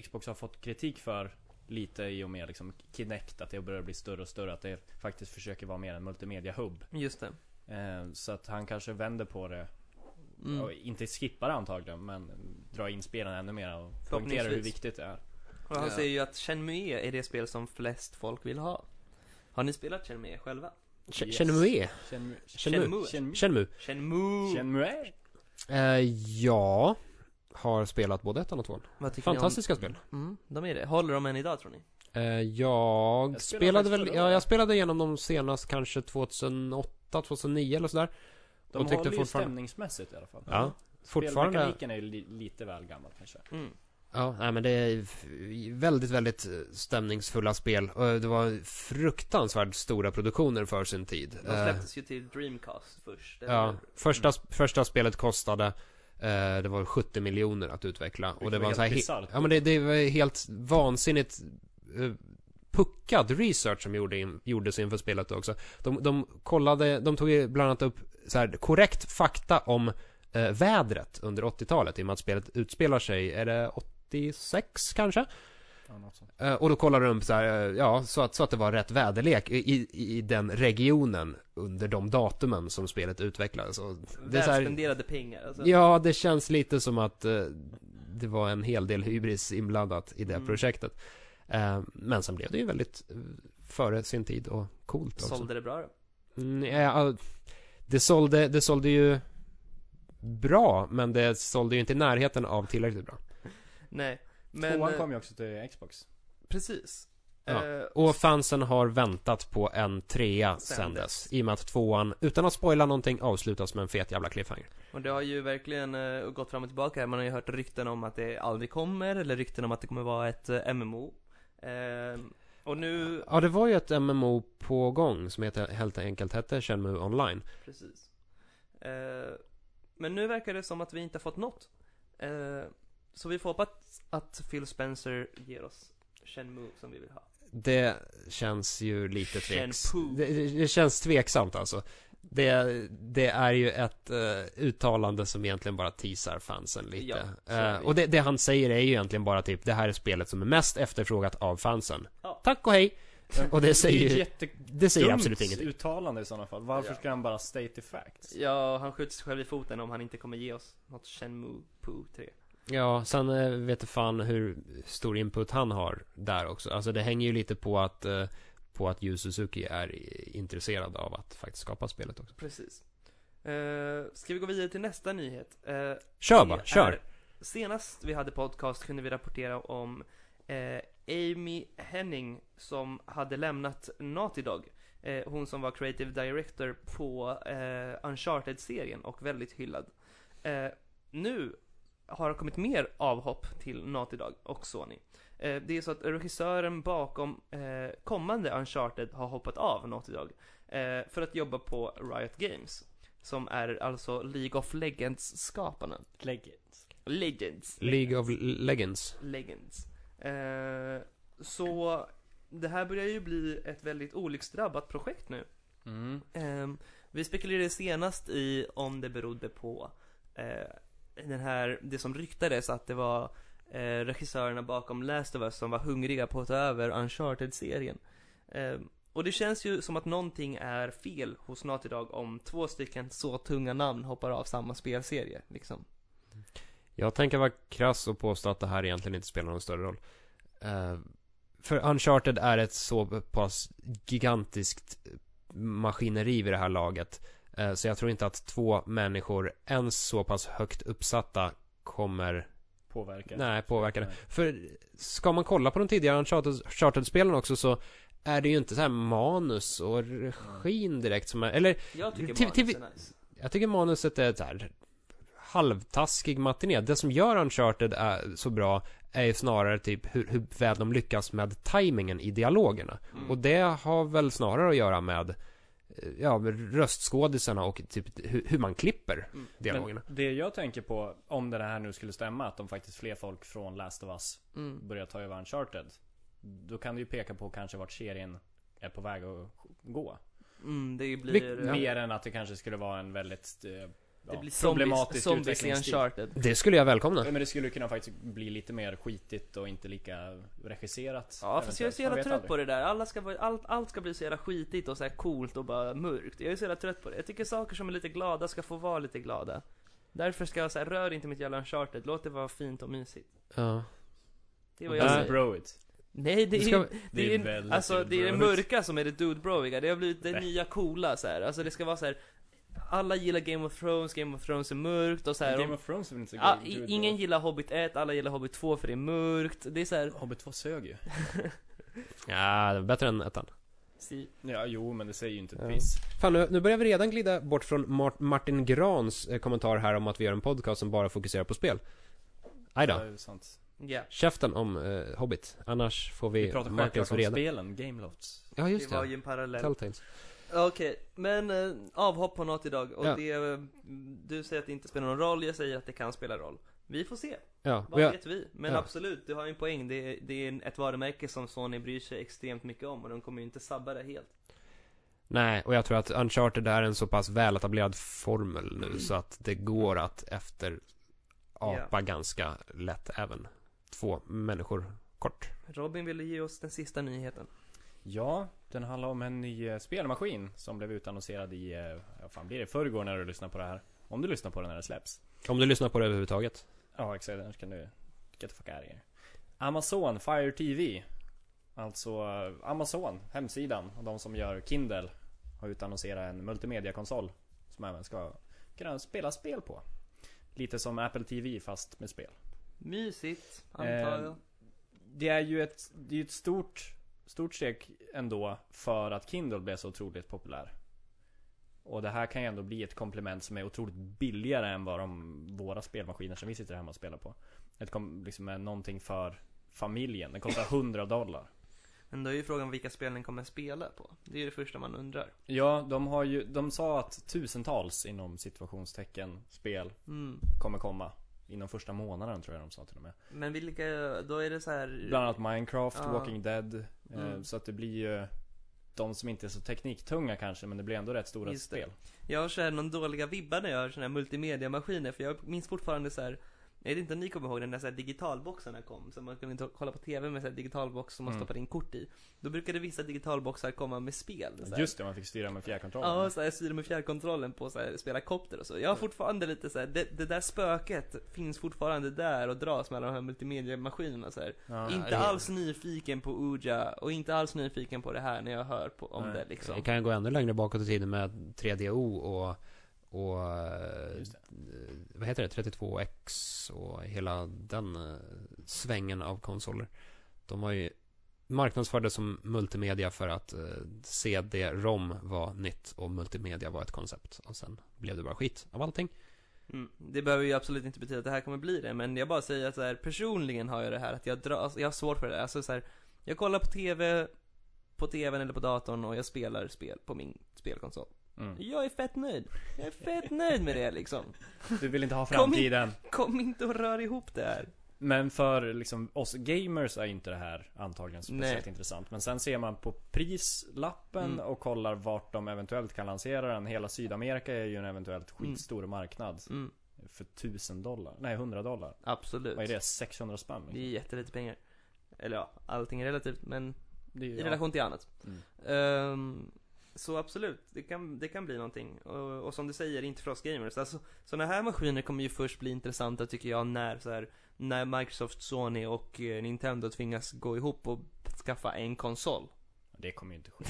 Speaker 1: Xbox har fått kritik för lite i och med liksom Kinect, att det börjar bli större och större, att det faktiskt försöker vara mer en multimedia-hubb.
Speaker 2: Just det.
Speaker 1: Eh, så att han kanske vänder på det,
Speaker 2: Mm.
Speaker 1: och inte skippar det antagligen, men drar in spelen ännu mer och poängterar hur
Speaker 2: Förhoppningsvis.
Speaker 1: viktigt det är.
Speaker 2: Och han
Speaker 3: Ja.
Speaker 2: säger ju att Chenmue är det spel som flest folk vill ha. Har ni spelat Chenmue själva?
Speaker 3: Ch-
Speaker 1: Yes. Mm.
Speaker 3: Shenmue.
Speaker 1: Shenmue.
Speaker 3: Shenmue.
Speaker 2: Shenmue.
Speaker 1: Shenmue.
Speaker 3: Shenmue.
Speaker 2: Shenmue.
Speaker 1: Shenmue.
Speaker 3: Eh, ja. Har spelat både ettan och tvåan.
Speaker 2: Vad tycker
Speaker 3: Fantastiska
Speaker 2: ni om?
Speaker 3: spel.
Speaker 2: Mm, de är det. Håller de än idag tror ni?
Speaker 3: Eh, jag,
Speaker 1: Jag spelade
Speaker 3: spelade
Speaker 1: faktiskt
Speaker 3: väl,
Speaker 1: förra
Speaker 3: ja, jag
Speaker 1: året.
Speaker 3: spelade igenom dem senast kanske 2008, 2009 eller sådär.
Speaker 1: De
Speaker 3: Och tyckte
Speaker 1: håller ju
Speaker 3: fortfarande-
Speaker 1: stämningsmässigt i alla fall.
Speaker 3: Ja. Fortfarande.
Speaker 1: Spelmekaniken är ju li- lite väl gammal kanske.
Speaker 2: Mm.
Speaker 3: Ja, nej, men det är f- väldigt, väldigt stämningsfulla spel. Och det var fruktansvärt stora produktioner för sin tid.
Speaker 2: De
Speaker 3: Eh,
Speaker 2: släpptes ju till Dreamcast först. eller
Speaker 3: Ja,
Speaker 2: hur?
Speaker 3: första, första spelet kostade eh, det var 70 miljoner att utveckla. Och det
Speaker 1: Vilket
Speaker 3: var
Speaker 1: var
Speaker 3: så här,
Speaker 1: helt
Speaker 3: he-
Speaker 1: bisarrt.
Speaker 3: ja, men det, det var helt vansinnigt eh, puckad research som gjorde in, gjordes inför spelet också. De, de kollade, de tog ju bland annat upp så här, korrekt fakta om eh, vädret under 80-talet i och med att spelet utspelar sig, är det 86 kanske?
Speaker 1: Ja, något sånt.
Speaker 3: Eh, Och då kollade de så här, eh, ja, så att, så att det var rätt väderlek i, i, i den regionen under de datumen som spelet utvecklades. Och det är så här,
Speaker 2: Välspenderade pengar alltså.
Speaker 3: ja, det känns lite som att eh, det var en hel del hybris inblandat i det
Speaker 2: Mm.
Speaker 3: projektet. Eh, men sen blev det ju väldigt eh, före sin tid och coolt också.
Speaker 2: Sålde det bra då?
Speaker 3: Mm, ja, det, sålde, det sålde ju bra, men det sålde ju inte i närheten av tillräckligt bra.
Speaker 2: Nej. Men,
Speaker 1: Tvåan
Speaker 2: eh,
Speaker 1: kom ju också till Xbox.
Speaker 2: Precis.
Speaker 3: Ja.
Speaker 2: Eh,
Speaker 3: Och fansen har väntat på en trea sen
Speaker 2: Sen
Speaker 3: dess.
Speaker 2: dess.
Speaker 3: I och med att tvåan, utan att spoila någonting, avslutas med en fet jävla cliffhanger.
Speaker 2: Och det har ju verkligen eh, gått fram och tillbaka här. Man har ju hört rykten om att det aldrig kommer, eller rykten om att det kommer vara ett eh, MMO. Eh, och nu,
Speaker 3: Ja, det var ju ett MMO på gång som heter, helt enkelt hette Shenmue online.
Speaker 2: precis. Eh, men nu verkar det som att vi inte har fått något. Eh, så vi får hoppas att Phil Spencer ger oss Shenmue som vi vill ha.
Speaker 3: Det känns ju lite tveks.
Speaker 2: Shenpoo.
Speaker 3: Det, det- det känns tveksamt alltså. Det, det är ju ett eh, uttalande som egentligen bara teasar fansen lite.
Speaker 2: Ja, så är
Speaker 3: Eh,
Speaker 2: det ju.
Speaker 3: och det, det han säger är ju egentligen bara typ, det här är spelet som är mest efterfrågat av fansen.
Speaker 2: Ja.
Speaker 3: Tack och hej! Och det
Speaker 1: Det är
Speaker 3: säger
Speaker 1: ju
Speaker 3: ju,
Speaker 1: jätte
Speaker 3: det säger absolut
Speaker 1: dumt
Speaker 3: ingenting.
Speaker 1: uttalande i sådana fall. Varför
Speaker 2: Ja.
Speaker 1: ska han bara state the facts?
Speaker 2: Ja, han skjuter sig själv i foten om han inte kommer ge oss något Shenmue Poo 3.
Speaker 3: Ja, sen eh, vet du fan hur stor input han har där också. Alltså det hänger ju lite på att, eh, på att Yu Suzuki är i- intresserad av att faktiskt skapa spelet också.
Speaker 2: Precis. Eh, ska vi gå vidare till nästa nyhet? Eh,
Speaker 3: Kör
Speaker 2: Det
Speaker 3: bara,
Speaker 2: är-
Speaker 3: kör!
Speaker 2: senast vi hade podcast kunde vi rapportera om eh, Amy Henning som hade lämnat Naughty Dog. Eh, hon som var creative director på eh, Uncharted-serien och väldigt hyllad. Eh, nu har det kommit mer avhopp till Naughty Dog och Sony. Eh, det är så att regissören bakom eh, kommande Uncharted har hoppat av Naughty Dog eh, för att jobba på Riot Games. Som är alltså League of Legends-skaparna.
Speaker 1: Lägg it.
Speaker 2: Legends.
Speaker 3: League of Legends.
Speaker 2: Legends. Eh, så det här börjar ju bli ett väldigt olycksdrabbat projekt nu.
Speaker 1: Mm.
Speaker 2: Eh, vi spekulerade senast i om det berodde på eh, den här, det som ryktades att det var eh, regissörerna bakom Last of Us som var hungriga på att ta över Uncharted-serien. Eh, och det känns ju som att någonting är fel hos Naughty Dog om två stycken så tunga namn hoppar av samma spelserie. Liksom.
Speaker 3: Jag tänker vara krass och påstå att det här egentligen inte spelar någon större roll. Eh, för Uncharted är ett så pass gigantiskt maskineri vid det här laget. Eh, så jag tror inte att två människor, ens så pass högt uppsatta, kommer
Speaker 1: Påverkar.
Speaker 3: Nej, påverkar det.
Speaker 1: Nej.
Speaker 3: För ska man kolla på de tidigare Uncharted- Uncharted-spelen också så är det ju inte så här manus och regin direkt som är, eller
Speaker 2: Jag tycker
Speaker 3: Till- till-
Speaker 2: manuset är nice.
Speaker 3: jag tycker manuset är så här halvtaskig matiné. Det som gör Uncharted är så bra är ju snarare typ hur, hur väl de lyckas med tajmingen i dialogerna.
Speaker 2: Mm.
Speaker 3: Och det har väl snarare att göra med eh, ja, med röstskådisarna och typ hur, hur man klipper
Speaker 2: Mm.
Speaker 3: dialogerna.
Speaker 1: Men det jag tänker på, om det här nu skulle stämma, att de faktiskt fler folk från Last of Us
Speaker 2: Mm.
Speaker 1: börjar ta över Uncharted. Då kan du ju peka på kanske vart serien är på väg att gå.
Speaker 2: Mm, det blir...
Speaker 3: Vilk- Ja.
Speaker 1: Mer än att det kanske skulle vara en väldigt eh,
Speaker 2: Det
Speaker 1: ja,
Speaker 2: blir zombies,
Speaker 1: problematisk
Speaker 2: zombies i
Speaker 1: utvecklingsstil.
Speaker 2: Uncharted.
Speaker 3: Det skulle jag välkomna.
Speaker 1: Ja, Men det skulle kunna faktiskt bli lite mer skitigt och inte lika regisserat.
Speaker 2: Ja fast jag är så jävla
Speaker 1: eventuellt. Man
Speaker 2: trött
Speaker 1: vet
Speaker 2: på det där, Alla ska vara, allt, allt ska bli så jävla skitigt och så här coolt och bara mörkt. Jag är så jävla trött på det. Jag tycker saker som är lite glada ska få vara lite glada. Därför ska jag säga rör inte mitt jävla Uncharted, låt det vara fint och mysigt.
Speaker 3: Ja.
Speaker 2: Det är vad
Speaker 1: aldrig.
Speaker 2: jag
Speaker 1: Alltså,
Speaker 3: Nej.
Speaker 2: säger.
Speaker 1: bro it.
Speaker 2: Nej det
Speaker 3: Det ska-
Speaker 2: är,
Speaker 1: det
Speaker 2: det
Speaker 1: är
Speaker 2: är,
Speaker 1: väldigt
Speaker 2: alltså det är det
Speaker 1: dude-broigt.
Speaker 2: mörka som är det dude broiga. det har blivit det
Speaker 1: Nej.
Speaker 2: nya coola så här. alltså det ska vara så här. alla gillar Game of Thrones, Game of Thrones är mörkt och så här.
Speaker 1: Game
Speaker 2: och,
Speaker 1: of Thrones är väl inte så
Speaker 2: ja,
Speaker 1: gay,
Speaker 2: Ah, i-
Speaker 1: dude,
Speaker 2: ingen
Speaker 1: bro.
Speaker 2: gillar Hobbit 1, alla gillar Hobbit 2 för det är mörkt, det är så här.
Speaker 1: Hobbit 2 sög ju.
Speaker 3: ja, det var bättre än ettan.
Speaker 2: Si.
Speaker 1: Ja, jo, men det säger ju inte ett
Speaker 3: Ja.
Speaker 1: piss.
Speaker 3: Fan, nu, nu börjar vi redan glida bort från Mar- Martin Grans eh, kommentar här om att vi gör en podcast som bara fokuserar på spel. Aj
Speaker 1: Det
Speaker 3: då.
Speaker 1: är ju sant.
Speaker 2: Ja.
Speaker 3: Käften om eh, Hobbit. Annars får vi,
Speaker 1: Vi pratar
Speaker 3: Martins
Speaker 1: självklart om
Speaker 3: vrede.
Speaker 1: spelen, Gamelofts.
Speaker 3: Ja, just
Speaker 2: det var ju
Speaker 3: det.
Speaker 2: en parallell.
Speaker 3: Telltales.
Speaker 2: Okej, men eh, avhopp på något idag och
Speaker 3: Ja.
Speaker 2: det, eh, du säger att det inte spelar någon roll, jag säger att det kan spela roll. Vi får se,
Speaker 3: Ja, och
Speaker 2: vad
Speaker 3: jag,
Speaker 2: vet vi? Men
Speaker 3: ja.
Speaker 2: absolut, du har ju en poäng. Det är, det är en- ett varumärke som Sony bryr sig extremt mycket om och de kommer ju inte sabba det helt.
Speaker 3: Nej, och jag tror att Uncharted är en så pass väletablerad formel
Speaker 2: Mm.
Speaker 3: nu så att det går att efter apa ganska lätt även två människor kort.
Speaker 2: Robin ville ge oss den sista nyheten.
Speaker 1: Ja, den handlar om en ny eh, spelmaskin som blev utannonserad i, eh, ja fan blir det förrgår när du lyssnar på det här? Om du lyssnar på det när det släpps.
Speaker 3: Om du lyssnar på det överhuvudtaget.
Speaker 1: Ja exakt, annars kan du get the fuck out of here. Amazon Fire TV Alltså eh, Amazon, hemsidan, och de som gör Kindle Har utannonserat en multimediakonsol Som även ska kunna spela spel på Lite som Apple TV fast med spel
Speaker 2: Mysigt, antar
Speaker 1: Eh,
Speaker 2: jag.
Speaker 1: det är ju ett, det är ju ett stort, stort steg ändå för att Kindle blev så otroligt populär. Och det här kan ju ändå bli ett komplement som är otroligt billigare än vad de, våra spelmaskiner som vi sitter hemma och spelar på. Ett kom, liksom är någonting för familjen. Den kostar 100 dollar.
Speaker 2: Men då är ju frågan vilka spel den kommer spela på. Det är ju det första man undrar.
Speaker 1: Ja, de har ju, de sa att tusentals inom situationstecken spel
Speaker 2: Mm.
Speaker 1: kommer komma. Inom första månaden tror jag de sa till och med.
Speaker 2: Men vilka, då är det så här.
Speaker 1: Bland annat Minecraft,
Speaker 2: typ. Ja.
Speaker 1: Walking Dead. eh,
Speaker 2: Mm.
Speaker 1: Så att det blir ju de som inte är så tekniktunga kanske, men det blir ändå rätt stora
Speaker 2: Just det.
Speaker 1: spel.
Speaker 2: Jag har såhär någon dåliga vibbar när jag hör såna här multimediamaskiner för jag minns fortfarande så här. Jag vet inte om ni kommer ihåg den där så här digitalboxarna kom, så man kunde inte kolla på TV med så här digitalbox som man
Speaker 1: Mm.
Speaker 2: stoppade in kort i. Då brukade vissa digitalboxar komma med spel. Så här.
Speaker 1: Just det, man fick styra med fjärrkontrollen.
Speaker 2: Ja, så här styr med fjärrkontrollen på så här, spela kopter och så. Jag har fortfarande lite så här, det, det där spöket finns fortfarande där och dras mellan de här multimediamaskinerna så här.
Speaker 1: Ja.
Speaker 2: inte
Speaker 3: det-
Speaker 2: alls nyfiken på Uja och inte alls nyfiken på det här när jag hör på, om
Speaker 1: Nej.
Speaker 2: det liksom.
Speaker 3: Det kan ju gå ännu längre bakåt i tiden med 3DO och, och eh,
Speaker 1: Just det.
Speaker 3: vad heter det, 32X och hela den eh, svängen av konsoler. De har ju marknadsförde som multimedia för att eh, CD-ROM var nytt och multimedia var ett koncept. Och sen blev det bara skit av allting.
Speaker 2: Mm. Det behöver ju absolut inte betyda att det här kommer bli det, men jag bara säger att så här, personligen har jag det här att jag dras, jag har svårt för det. Alltså så här, jag kollar på TV, på TVn eller på datorn och jag spelar spel på min spelkonsol.
Speaker 1: Mm.
Speaker 2: Jag är fett nöjd. Jag är fett nöjd med det liksom.
Speaker 1: Du vill inte ha
Speaker 2: Kom in.
Speaker 1: framtiden.
Speaker 2: Kom inte och rör ihop det här.
Speaker 1: Men för liksom, oss gamers är inte det här antagligen speciellt
Speaker 2: Nej.
Speaker 1: intressant. Men sen ser man på prislappen
Speaker 2: Mm.
Speaker 1: och kollar vart de eventuellt kan lansera den. Hela Sydamerika är ju en eventuellt skitstor marknad.
Speaker 2: Mm,
Speaker 1: För 1000 dollar. Nej, 100 dollar.
Speaker 2: absolut.
Speaker 1: Vad är det? 600 spänn? liksom.
Speaker 2: Det är jättelite pengar. Eller ja, allting är relativt, men
Speaker 1: Det är ju-
Speaker 2: i relation till annat.
Speaker 1: Mm.
Speaker 2: Ehm, så absolut, det kan, det kan bli någonting. Och, och som du säger, inte för oss gamers. Alltså, sådana här maskiner kommer ju först bli intressanta tycker jag när så här, när Microsoft, Sony och eh, Nintendo tvingas gå ihop och skaffa en konsol.
Speaker 1: Det kommer ju inte ske.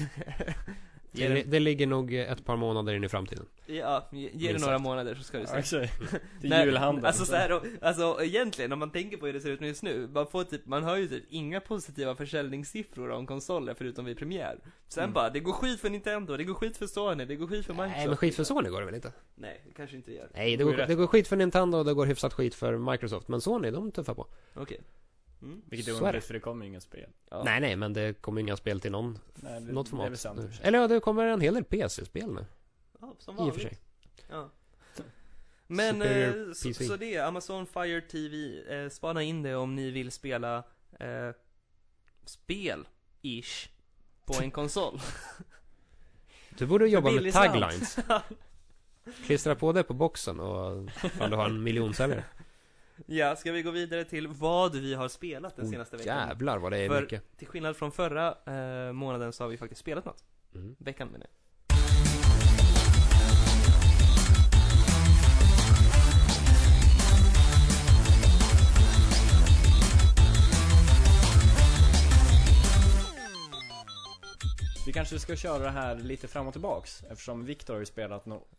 Speaker 2: Ge
Speaker 3: Det,
Speaker 2: det,
Speaker 3: det ligger nog eh, ett par månader in i framtiden.
Speaker 2: ja, ge, ge det
Speaker 3: Minst
Speaker 2: några
Speaker 3: sagt.
Speaker 2: månader så ska du se.
Speaker 1: Till
Speaker 2: Nej,
Speaker 1: julhandeln.
Speaker 2: Alltså så här, och- alltså egentligen om man tänker på hur det ser ut just nu, man får typ, man har ju typ inga positiva försäljningssiffror om konsoler förutom vid premiär. Sen
Speaker 1: Mm.
Speaker 2: bara, det går skit för Nintendo, det går skit för Sony, det går skit för Microsoft.
Speaker 3: Nej, men skit för Sony går det väl inte?
Speaker 2: Nej, det kanske inte det gör.
Speaker 3: Nej, det
Speaker 1: Det
Speaker 3: går,
Speaker 1: är rätt.
Speaker 3: det går skit för Nintendo och det går hyfsat skit för Microsoft. Men Sony, de tuffar på.
Speaker 2: Okej. Mm.
Speaker 1: Vilket är
Speaker 3: Så är
Speaker 1: underligt för det kommer ju inga spel.
Speaker 2: Ja.
Speaker 3: Nej, nej, men det kommer inga spel till någon
Speaker 1: Nej, det,
Speaker 3: Något
Speaker 1: Det är väl
Speaker 3: format.
Speaker 1: sant. i och
Speaker 3: nu.
Speaker 1: för sig.
Speaker 3: Eller ja, det kommer en hel del PC-spel nu.
Speaker 2: Ja, som
Speaker 3: I och
Speaker 2: vanligt.
Speaker 3: för sig.
Speaker 2: Ja. Men,
Speaker 3: Superior
Speaker 2: eh, så,
Speaker 3: PC.
Speaker 2: så det, är Amazon Fire TV, eh, spana in det om ni vill spela eh, spel, ish, på en konsol.
Speaker 3: Du borde jobba
Speaker 2: billig
Speaker 3: med
Speaker 2: slant.
Speaker 3: taglines. Klistra på det på boxen och fan, du har en miljonsäljare.
Speaker 2: ja, ska vi gå vidare till vad vi har spelat den
Speaker 3: Oh,
Speaker 2: senaste veckan?
Speaker 3: Jävlar vad det är
Speaker 2: För-
Speaker 3: mycket.
Speaker 2: Till skillnad från förra eh, månaden så har vi faktiskt spelat något.
Speaker 3: Mm.
Speaker 2: Veckan menar jag.
Speaker 1: Vi kanske ska köra det här lite fram och tillbaks. Eftersom Viktor har ju spelat något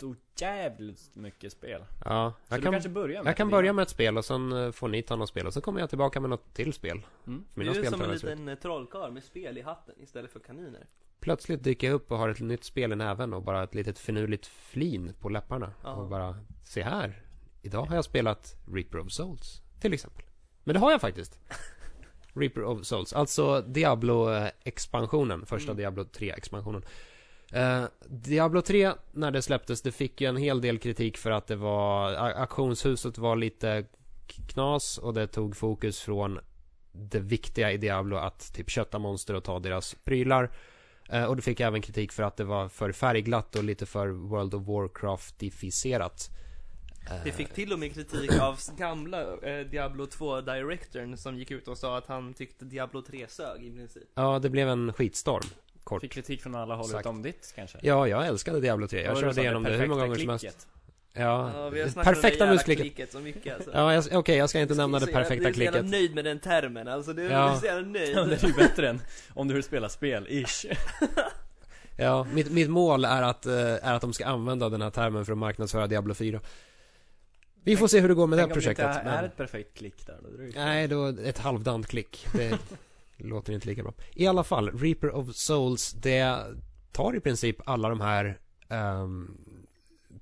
Speaker 1: utojävligt mycket spel. Så
Speaker 3: Ja, jag
Speaker 1: du
Speaker 3: kan,
Speaker 1: kanske börjar med
Speaker 3: jag kan
Speaker 1: det.
Speaker 3: börja med ett spel och sen eh, får ni ta något spel och sen kommer jag tillbaka med något till spel.
Speaker 1: Mm.
Speaker 3: För mina
Speaker 2: Du är
Speaker 3: spel
Speaker 2: som
Speaker 3: tar
Speaker 2: en
Speaker 3: väl slut.
Speaker 2: liten eh, trollkarl med spel i hatten istället för kaniner.
Speaker 3: Plötsligt dyker jag upp och har ett nytt spel i näven och bara ett litet finurligt flin på läpparna.
Speaker 2: Ja.
Speaker 3: Och bara, se här. Idag har jag spelat Reaper of Souls, till exempel. Men det har jag faktiskt. Reaper of Souls, alltså Diablo-expansionen, första
Speaker 2: Mm.
Speaker 3: Diablo 3-expansionen. Eh, Diablo 3, när det släpptes, det fick ju en hel del kritik för att det var, a- auktionshuset var lite k- knas och det tog fokus från det viktiga i Diablo att typ kötta monster och ta deras prylar. Eh, Och det fick även kritik för att det var för färgglatt och lite för World of Warcraftificerat. Eh,
Speaker 2: Det fick till och med kritik av gamla eh, Diablo 2 directorn som gick ut och sa att han tyckte Diablo 3 sög i princip.
Speaker 3: Ja, det blev en skitstorm. Kort.
Speaker 1: Fick kritik från alla håll
Speaker 3: Exakt.
Speaker 1: utom ditt kanske?
Speaker 3: Ja, jag älskade Diablo 3. Jag
Speaker 1: Vad var du sa,
Speaker 3: körde igenom det hur många
Speaker 1: perfekta
Speaker 3: gånger som helst.
Speaker 1: klicket?
Speaker 3: Ja,
Speaker 2: Ja, vi har snackat
Speaker 3: perfekta
Speaker 2: om det jävla
Speaker 3: musklicket.
Speaker 2: klicket så mycket alltså.
Speaker 3: Ja, jag- okej, jag ska inte nämna det
Speaker 2: Så jävla-
Speaker 3: perfekta
Speaker 2: Du är så
Speaker 3: klicket.
Speaker 2: jävla nöjd med den termen alltså, du
Speaker 3: Ja.
Speaker 2: är så jävla nöjd.
Speaker 1: Ja, det är ju bättre än om du vill spela spel, ish.
Speaker 3: Ja, mitt, mitt mål är att, eh, är att de ska använda den här termen för att marknadsföra Diablo 4. Vi får se hur det går med det
Speaker 1: Tänk
Speaker 3: här
Speaker 1: om det
Speaker 3: projektet.
Speaker 1: inte är
Speaker 3: Men...
Speaker 1: ett perfekt klick där, då är det ju-
Speaker 3: Nej, då ett halvdant klick. Det låter inte lika bra. I alla fall, Reaper of Souls, det tar i princip alla de här ehm,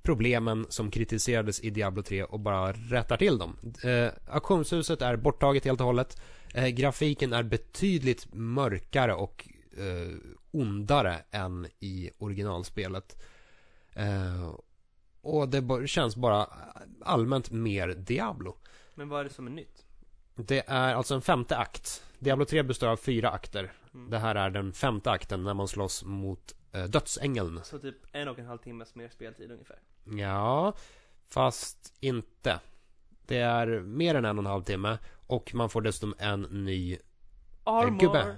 Speaker 3: problemen som kritiserades i Diablo 3 och bara rättar till dem. Eh, auktionshuset är borttaget helt och hållet. Eh, grafiken är betydligt mörkare och eh, ondare än i originalspelet. Eh, och det bo- känns bara allmänt mer Diablo.
Speaker 2: Men vad är det som är nytt?
Speaker 3: Det är alltså en femte akt. Diablo 3 består av fyra akter.
Speaker 2: Mm.
Speaker 3: Det här är den femte akten när man slåss mot eh, dödsängeln.
Speaker 2: Så typ en och en halv timmes mer speltid ungefär.
Speaker 3: Ja, fast inte. Det är mer än en och en halv timme och man får dessutom en ny eh, gubbe.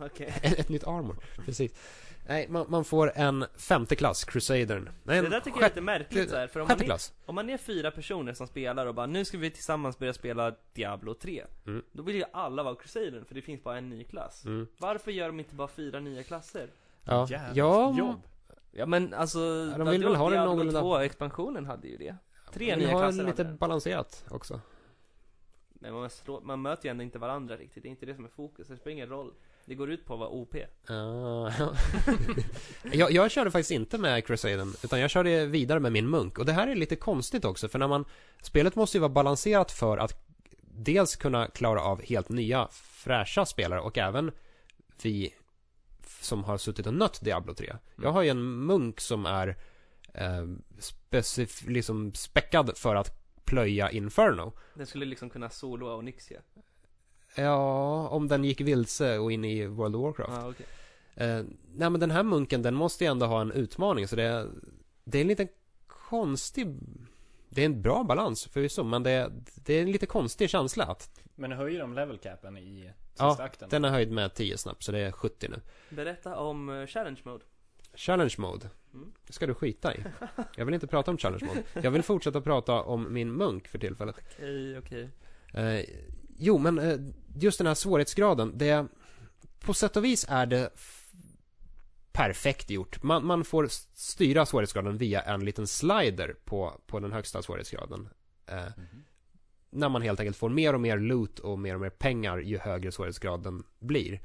Speaker 2: Okej.
Speaker 3: Ett, ett nytt armor, precis. Nej, man, man får en femte klass, Crusadern. Nej,
Speaker 2: Det
Speaker 3: en
Speaker 2: där tycker jag är
Speaker 3: sjätte-
Speaker 2: lite märkligt så här, för om man, är,
Speaker 3: sjätte klass.
Speaker 2: om man är fyra personer som spelar och bara nu ska vi tillsammans börja spela Diablo 3.
Speaker 3: Mm.
Speaker 2: Då vill ju alla vara Crusadern för det finns bara en ny klass.
Speaker 3: Mm.
Speaker 2: Varför gör de inte bara fyra nya klasser?
Speaker 3: Ja,
Speaker 1: Jävligt
Speaker 3: ja
Speaker 1: jobb.
Speaker 2: Ja men alltså,
Speaker 3: Ja, de vill väl ha det
Speaker 2: Diablo
Speaker 3: någorlunda-
Speaker 2: 2 expansionen hade ju det. Tre
Speaker 3: vi
Speaker 2: nya
Speaker 3: har
Speaker 2: klasser
Speaker 3: lite
Speaker 2: hade den.
Speaker 3: balanserat också.
Speaker 2: Men man, slå, man möter ju ändå inte varandra riktigt, det är inte det som är fokus, det spelar ingen roll. Det går ut på att vara OP.
Speaker 3: Ah, ja. jag, jag körde faktiskt inte med Crusaden, utan jag körde vidare med min munk. Och det här är lite konstigt också, för när man... Spelet måste ju vara balanserat för att dels kunna klara av helt nya, fräscha spelare och även vi f- som har suttit och nött Diablo 3. Jag har ju en munk som är eh, specif- liksom späckad för att plöja Inferno.
Speaker 2: Den skulle liksom kunna soloa och nyxia.
Speaker 3: Ja, om den gick vilse och in i World of Warcraft.
Speaker 2: Ja, Ah, okej.
Speaker 3: Eh, nej men den här munken den måste ju ändå ha en utmaning så det, det är en liten konstig Det är en bra balans förvisso men det, det är en lite konstig känsla att
Speaker 1: Men höjer de level capen i sista
Speaker 3: Ja,
Speaker 1: akten?
Speaker 3: den är höjd med 10 snabbt så det är 70 nu.
Speaker 2: Berätta om eh, challenge mode.
Speaker 3: Challenge mode
Speaker 2: Mm.
Speaker 3: det ska du skita i. Jag vill inte prata om challenge mode. Jag vill fortsätta prata om min munk för tillfället.
Speaker 2: Okej, okej.
Speaker 3: Eh, jo, men eh, just den här svårighetsgraden, det... På sätt och vis är det f- perfekt gjort. Man, man får s- styra svårighetsgraden via en liten slider på, på den högsta svårighetsgraden. Eh,
Speaker 1: Mhm.
Speaker 3: när man helt enkelt får mer och mer loot och mer och mer pengar ju högre svårighetsgraden blir.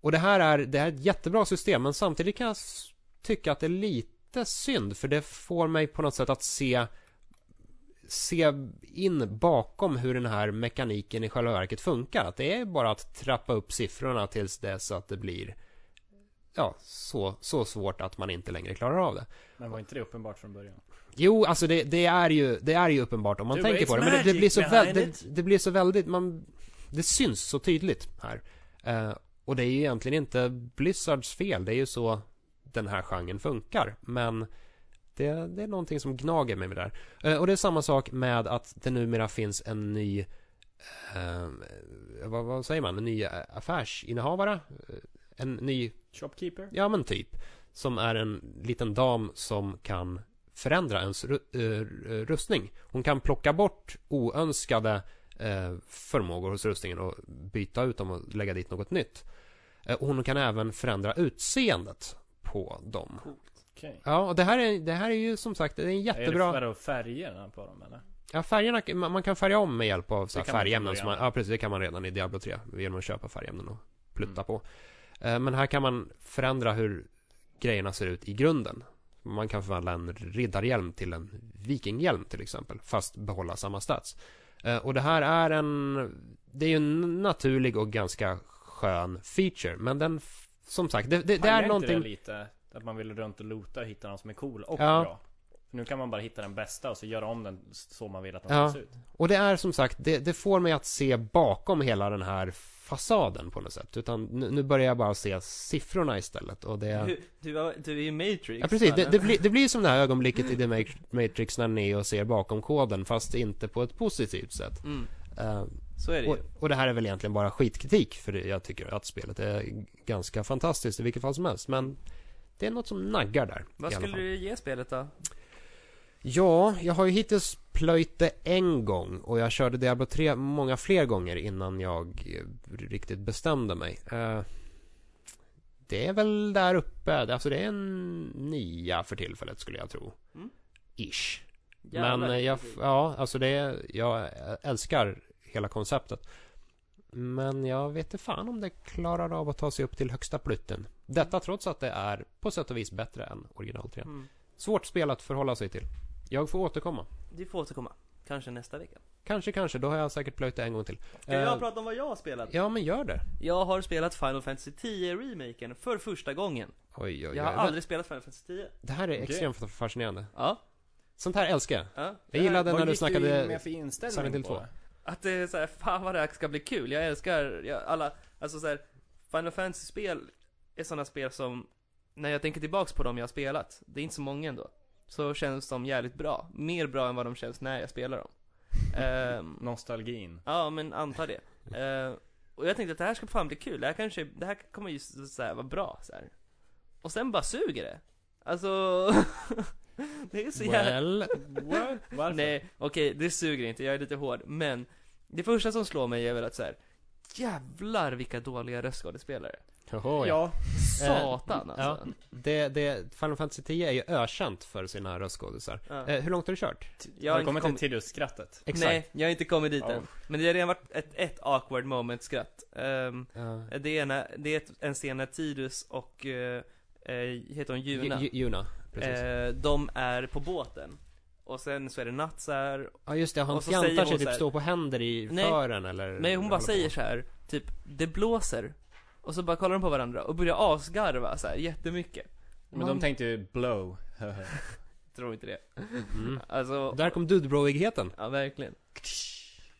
Speaker 3: Och det här är, det här är ett jättebra system men samtidigt kan jag s- tycka att det är lite synd för det får mig på något sätt att se se in bakom hur den här mekaniken i själva verket funkar. Att det är bara att trappa upp siffrorna tills dess att det blir ja, så, så svårt att man inte längre klarar av det.
Speaker 1: Men var inte det uppenbart från början?
Speaker 3: Jo, alltså det, det, är, ju, det är ju uppenbart om man
Speaker 1: Du,
Speaker 3: tänker
Speaker 1: it's
Speaker 3: på det. Men det, det,
Speaker 1: magic
Speaker 3: blir så väl,
Speaker 1: behind
Speaker 3: det,
Speaker 1: it.
Speaker 3: det blir så väldigt, man, det syns så tydligt här. Eh, och det är ju egentligen inte Blizzards fel, det är ju så den här genren funkar. Men det, det är någonting som gnager mig med det där. Eh, och det är samma sak med att det numera finns en ny eh, vad, vad säger man? En ny eh, affärsinnehavare? Eh, En ny
Speaker 1: Shopkeeper?
Speaker 3: Ja men typ. Som är en liten dam som kan förändra ens ru- eh, rustning. Hon kan plocka bort oönskade eh, förmågor hos rustningen och byta ut dem och lägga dit något nytt. Eh, och hon kan även förändra utseendet på dem.
Speaker 2: Coolt.
Speaker 1: Okej.
Speaker 3: Ja, och det här är, det här är ju som sagt det är en
Speaker 1: Är
Speaker 3: jättebra...
Speaker 1: det vadå, färgerna på dem eller?
Speaker 3: Ja, färgerna, man, man kan färga om med hjälp av så här,
Speaker 1: Det kan man
Speaker 3: färgämnen.
Speaker 1: från
Speaker 3: Som man,
Speaker 1: början.
Speaker 3: ja, precis. Det kan man redan i Diablo 3. Genom att köpa färgämnen och plutta
Speaker 1: Mm.
Speaker 3: på. Eh, Men här kan man förändra hur grejerna ser ut i grunden. Man kan förvandla en riddarhjälm till en vikinghjälm till exempel. Fast behålla samma stats. Eh, Och det här är en... Det är ju en naturlig och ganska skön feature. Men den... f- Som sagt, det, det, det
Speaker 1: Pajar
Speaker 3: är
Speaker 1: inte
Speaker 3: någonting...
Speaker 1: det lite? Att man vill runt och lota och hitta någon som är cool och
Speaker 3: Ja.
Speaker 1: bra? För nu kan man bara hitta den bästa och så göra om den så man vill att den
Speaker 3: Ja.
Speaker 1: ska se ut.
Speaker 3: Och det är som sagt, det, det får mig att se bakom hela den här fasaden på något sätt. Utan nu, nu börjar jag bara se siffrorna istället. Och det...
Speaker 2: Du, du, har- du är ju Matrix.
Speaker 3: Ja, precis. Det,
Speaker 2: mannen.
Speaker 3: det, blir, det blir som det här ögonblicket i The Mat- Matrix när Neo ser bakom koden, fast inte på ett positivt sätt.
Speaker 2: Mm,
Speaker 3: Eh,
Speaker 2: så är det
Speaker 3: och,
Speaker 2: ju.
Speaker 3: och det här är väl egentligen bara skitkritik, för jag tycker att spelet är ganska fantastiskt i vilket fall som helst. Men det är något som naggar där.
Speaker 2: Vad
Speaker 3: i alla
Speaker 2: skulle
Speaker 3: fall.
Speaker 2: du ge spelet då?
Speaker 3: Ja, jag har ju hittills plöjt det en gång och jag körde Diablo 3 många fler gånger innan jag eh, riktigt bestämde mig. Eh, det är väl där uppe, alltså det är en nia för tillfället skulle jag tro.
Speaker 2: Mm.
Speaker 3: Ish. Men
Speaker 2: Jävlar,
Speaker 3: eh, jag,
Speaker 2: vilken tid.
Speaker 3: ja, alltså det, är- jag älskar hela konceptet. Men jag vet inte fan om det klarar av att ta sig upp till högsta plutten. Detta trots att det är på sätt och vis bättre än original 3.
Speaker 2: Mm.
Speaker 3: Svårt spel att förhålla sig till. Jag får återkomma.
Speaker 2: Du får återkomma. Kanske nästa vecka.
Speaker 3: Kanske, kanske. Då har jag säkert plöjt det en gång till.
Speaker 2: Ska jag
Speaker 3: Eh,
Speaker 2: prata om vad jag har spelat?
Speaker 3: Ja, men gör det.
Speaker 2: Jag har spelat Final Fantasy 10 remaken för första gången.
Speaker 3: Oj, oj, oj.
Speaker 2: Jag har aldrig spelat Final Fantasy 10.
Speaker 3: Det här är
Speaker 1: Okej.
Speaker 3: extremt fascinerande.
Speaker 2: Ja,
Speaker 3: Sånt här älskar jag.
Speaker 2: ja. Eh,
Speaker 3: Jag gillade när
Speaker 1: Vad
Speaker 3: du
Speaker 1: gick
Speaker 3: snackade...
Speaker 1: in med för
Speaker 3: Silent Hill
Speaker 1: inställning på
Speaker 3: 2?
Speaker 1: det?
Speaker 2: Att det är såhär, fan vad det här ska bli kul. Jag älskar jag, alla, alltså såhär, Final Fantasy-spel är sådana spel som, när jag tänker tillbaks på dem jag har spelat, det är inte så många ändå, så känns de jävligt bra. Mer bra än vad de känns när jag spelar dem. Ehm,
Speaker 1: Nostalgin.
Speaker 2: ja, men anta det. Ehm, och jag tänkte att det här ska fan bli kul, det här kanske, det här kommer ju såhär vara bra såhär. Och sen bara suger det. Alltså, det är så jävla
Speaker 3: Well,
Speaker 1: What? Varför?
Speaker 2: Nej, okej, det suger inte, jag är lite hård, men det första som slår mig är väl att så här. Jävlar vilka dåliga röstskådespelare.
Speaker 3: oh, ja.
Speaker 1: Ja,
Speaker 2: Satan alltså.
Speaker 3: Det, det, Final Fantasy 10 är ju ökänt för sina röstskådisar.
Speaker 2: Ja.
Speaker 3: Eh, hur långt har du kört?
Speaker 2: Jag
Speaker 1: har
Speaker 2: har
Speaker 1: du
Speaker 2: inte
Speaker 1: kommit till
Speaker 2: kommit-
Speaker 1: Tidus-skrattet?
Speaker 2: Nej, jag har inte kommit dit
Speaker 1: Ja.
Speaker 2: än. Men det har redan varit ett, ett awkward moment skratt. Ehm,
Speaker 3: Ja.
Speaker 2: det, är ena, det är ett, en scen när Tidus och, eh, eh, heter hon Juna?
Speaker 3: Ju- Ju- Juna, precis.
Speaker 2: eh, de är på båten. Och sen så är det natt så här,
Speaker 3: ja, just det. Han
Speaker 2: och så säger
Speaker 3: fjantar
Speaker 2: hon
Speaker 3: sig
Speaker 2: så
Speaker 3: typ
Speaker 2: här-
Speaker 3: stå på händer i
Speaker 2: Nej.
Speaker 3: fören eller...
Speaker 2: Nej hon bara
Speaker 3: håller på.
Speaker 2: säger så här typ det blåser. Och så bara kollar de på varandra och börjar asgarva så här jättemycket.
Speaker 1: Men de tänkte ju blow. Mm,
Speaker 2: Tror inte det.
Speaker 3: Mm.
Speaker 2: Alltså,
Speaker 3: Där kom dudebroigheten.
Speaker 2: ja verkligen.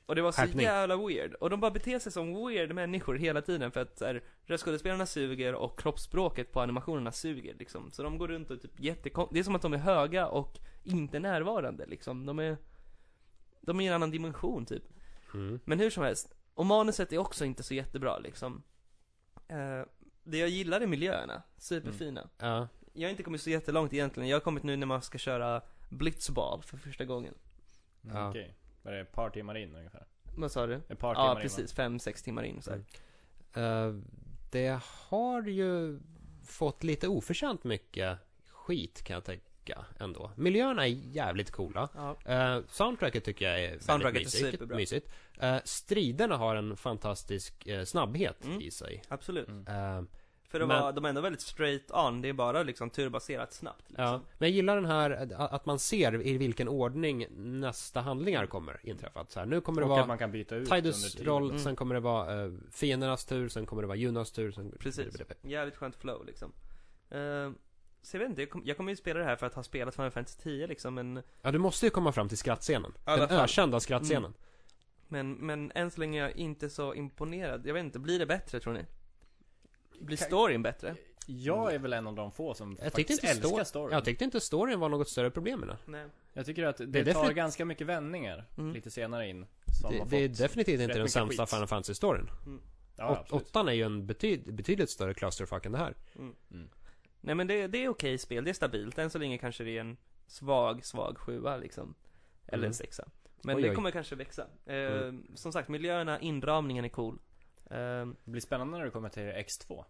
Speaker 2: Och det var så
Speaker 3: Skärpning.
Speaker 2: jävla weird. Och de bara beter sig som weird människor hela tiden för att så här, röstskådespelarna suger och kroppsspråket på animationerna suger liksom. Så de går runt och typ jättekon... Det är som att de är höga och inte närvarande liksom. De är... De är i en annan dimension typ.
Speaker 3: Mm.
Speaker 2: Men hur som helst, och manuset är också inte så jättebra liksom. Eh, det jag gillar är miljöerna, superfina.
Speaker 3: Ja.
Speaker 2: Jag har inte kommit så jättelångt egentligen, jag har kommit nu när man ska köra blitzball för första gången.
Speaker 3: Ja.
Speaker 1: Okej. Var det ett par timmar in ungefär?
Speaker 2: Vad sa du?
Speaker 1: Ett par timmar
Speaker 2: Ja
Speaker 1: in, va?
Speaker 2: precis, fem sex timmar in så här.
Speaker 3: Mm. Eh, det har ju fått lite oförtjänt mycket skit kan jag tänka ändå. Miljöerna är jävligt coola.
Speaker 2: Ja.
Speaker 3: Eh, soundtracket tycker jag är
Speaker 2: Soundtracket är
Speaker 3: väldigt mysigt.
Speaker 2: superbra.
Speaker 3: mysigt. Eh, striderna har en fantastisk eh, snabbhet
Speaker 2: Mm.
Speaker 3: i sig.
Speaker 2: Absolut.
Speaker 1: Mm.
Speaker 3: Eh,
Speaker 2: För det
Speaker 3: Men-
Speaker 2: var, de är ändå väldigt straight on, det är bara liksom turbaserat snabbt liksom.
Speaker 3: ja. Men jag gillar den här, eh, att man ser i vilken ordning nästa handlingar kommer inträffat. Så här, nu kommer det
Speaker 1: Och att
Speaker 3: vara
Speaker 1: man kan byta ut under
Speaker 3: Tidus
Speaker 1: tiden.
Speaker 3: roll,
Speaker 2: Mm.
Speaker 3: sen kommer det vara eh, fiendernas tur, sen kommer det vara Junas tur, sen...
Speaker 2: Precis. Jävligt skönt flow liksom. Eh, så jag vet inte, jag, kom, jag kommer ju spela det här för att ha spelat Final Fantasy 10 liksom, men
Speaker 3: Ja, du måste ju komma fram till skrattscenen.
Speaker 2: alla
Speaker 3: Den
Speaker 2: fall.
Speaker 3: ökända skrattscenen.
Speaker 2: Men, men än så länge är jag inte så imponerad. Jag vet inte, blir det bättre tror ni? Blir
Speaker 1: Kan-
Speaker 2: storyn bättre?
Speaker 1: Jag är väl en av de få som
Speaker 3: Jag tyckte
Speaker 1: faktiskt
Speaker 3: inte
Speaker 1: älskar
Speaker 3: sto-
Speaker 1: storyn.
Speaker 3: Jag tyckte inte storyn var något större problem med den.
Speaker 2: Nej.
Speaker 1: Jag tycker att det,
Speaker 3: Det är
Speaker 1: tar
Speaker 3: definitivt-
Speaker 1: ganska mycket vändningar
Speaker 2: Mm.
Speaker 1: lite senare in. Som
Speaker 3: Det,
Speaker 1: har
Speaker 3: det är
Speaker 1: fått-
Speaker 3: definitivt
Speaker 1: rätt
Speaker 3: inte den
Speaker 1: mycket
Speaker 3: sämsta
Speaker 1: skit.
Speaker 3: Final Fantasy-storyn.
Speaker 1: ja,
Speaker 3: Åt-
Speaker 1: absolut.
Speaker 3: Åttan är ju en betyd, betydligt större clusterfuck än det här.
Speaker 2: Nej men det, det är okej spel, det är stabilt. Än så länge kanske det är en svag, svag sjua liksom. Eller
Speaker 3: Mm.
Speaker 2: en sexa. Men
Speaker 3: Oj,
Speaker 2: det
Speaker 3: oj. Mm.
Speaker 2: kommer kanske växa. Eh, Som sagt, miljöerna, inramningen är cool. Åh eh,
Speaker 1: Det blir spännande när du kommer till X2.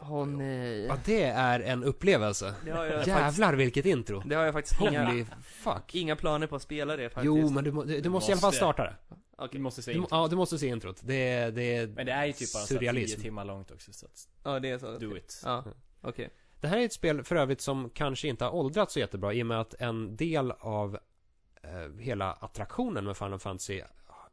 Speaker 2: åh, nej.
Speaker 3: Ja, det är en upplevelse.
Speaker 2: Det har jag faktiskt,
Speaker 3: Jävlar vilket intro.
Speaker 2: det har jag faktiskt inga,
Speaker 3: Holy fuck.
Speaker 2: inga planer på att spela det faktiskt.
Speaker 3: Jo, men du, må- du, du måste i alla fall
Speaker 1: Måste.
Speaker 3: starta det.
Speaker 1: Du
Speaker 2: Okej.
Speaker 1: måste se
Speaker 3: Du,
Speaker 1: in.
Speaker 3: må- ja, du måste se introt. Det är, det är
Speaker 1: Men det är ju typ bara så här 10
Speaker 3: surrealism.
Speaker 1: timmar långt också så att
Speaker 2: Ja, det är så.
Speaker 1: do it.
Speaker 2: Ja, okej.
Speaker 3: Det här är ett spel för övrigt som kanske inte har åldrats så jättebra i och med att en del av eh, hela attraktionen med Final Fantasy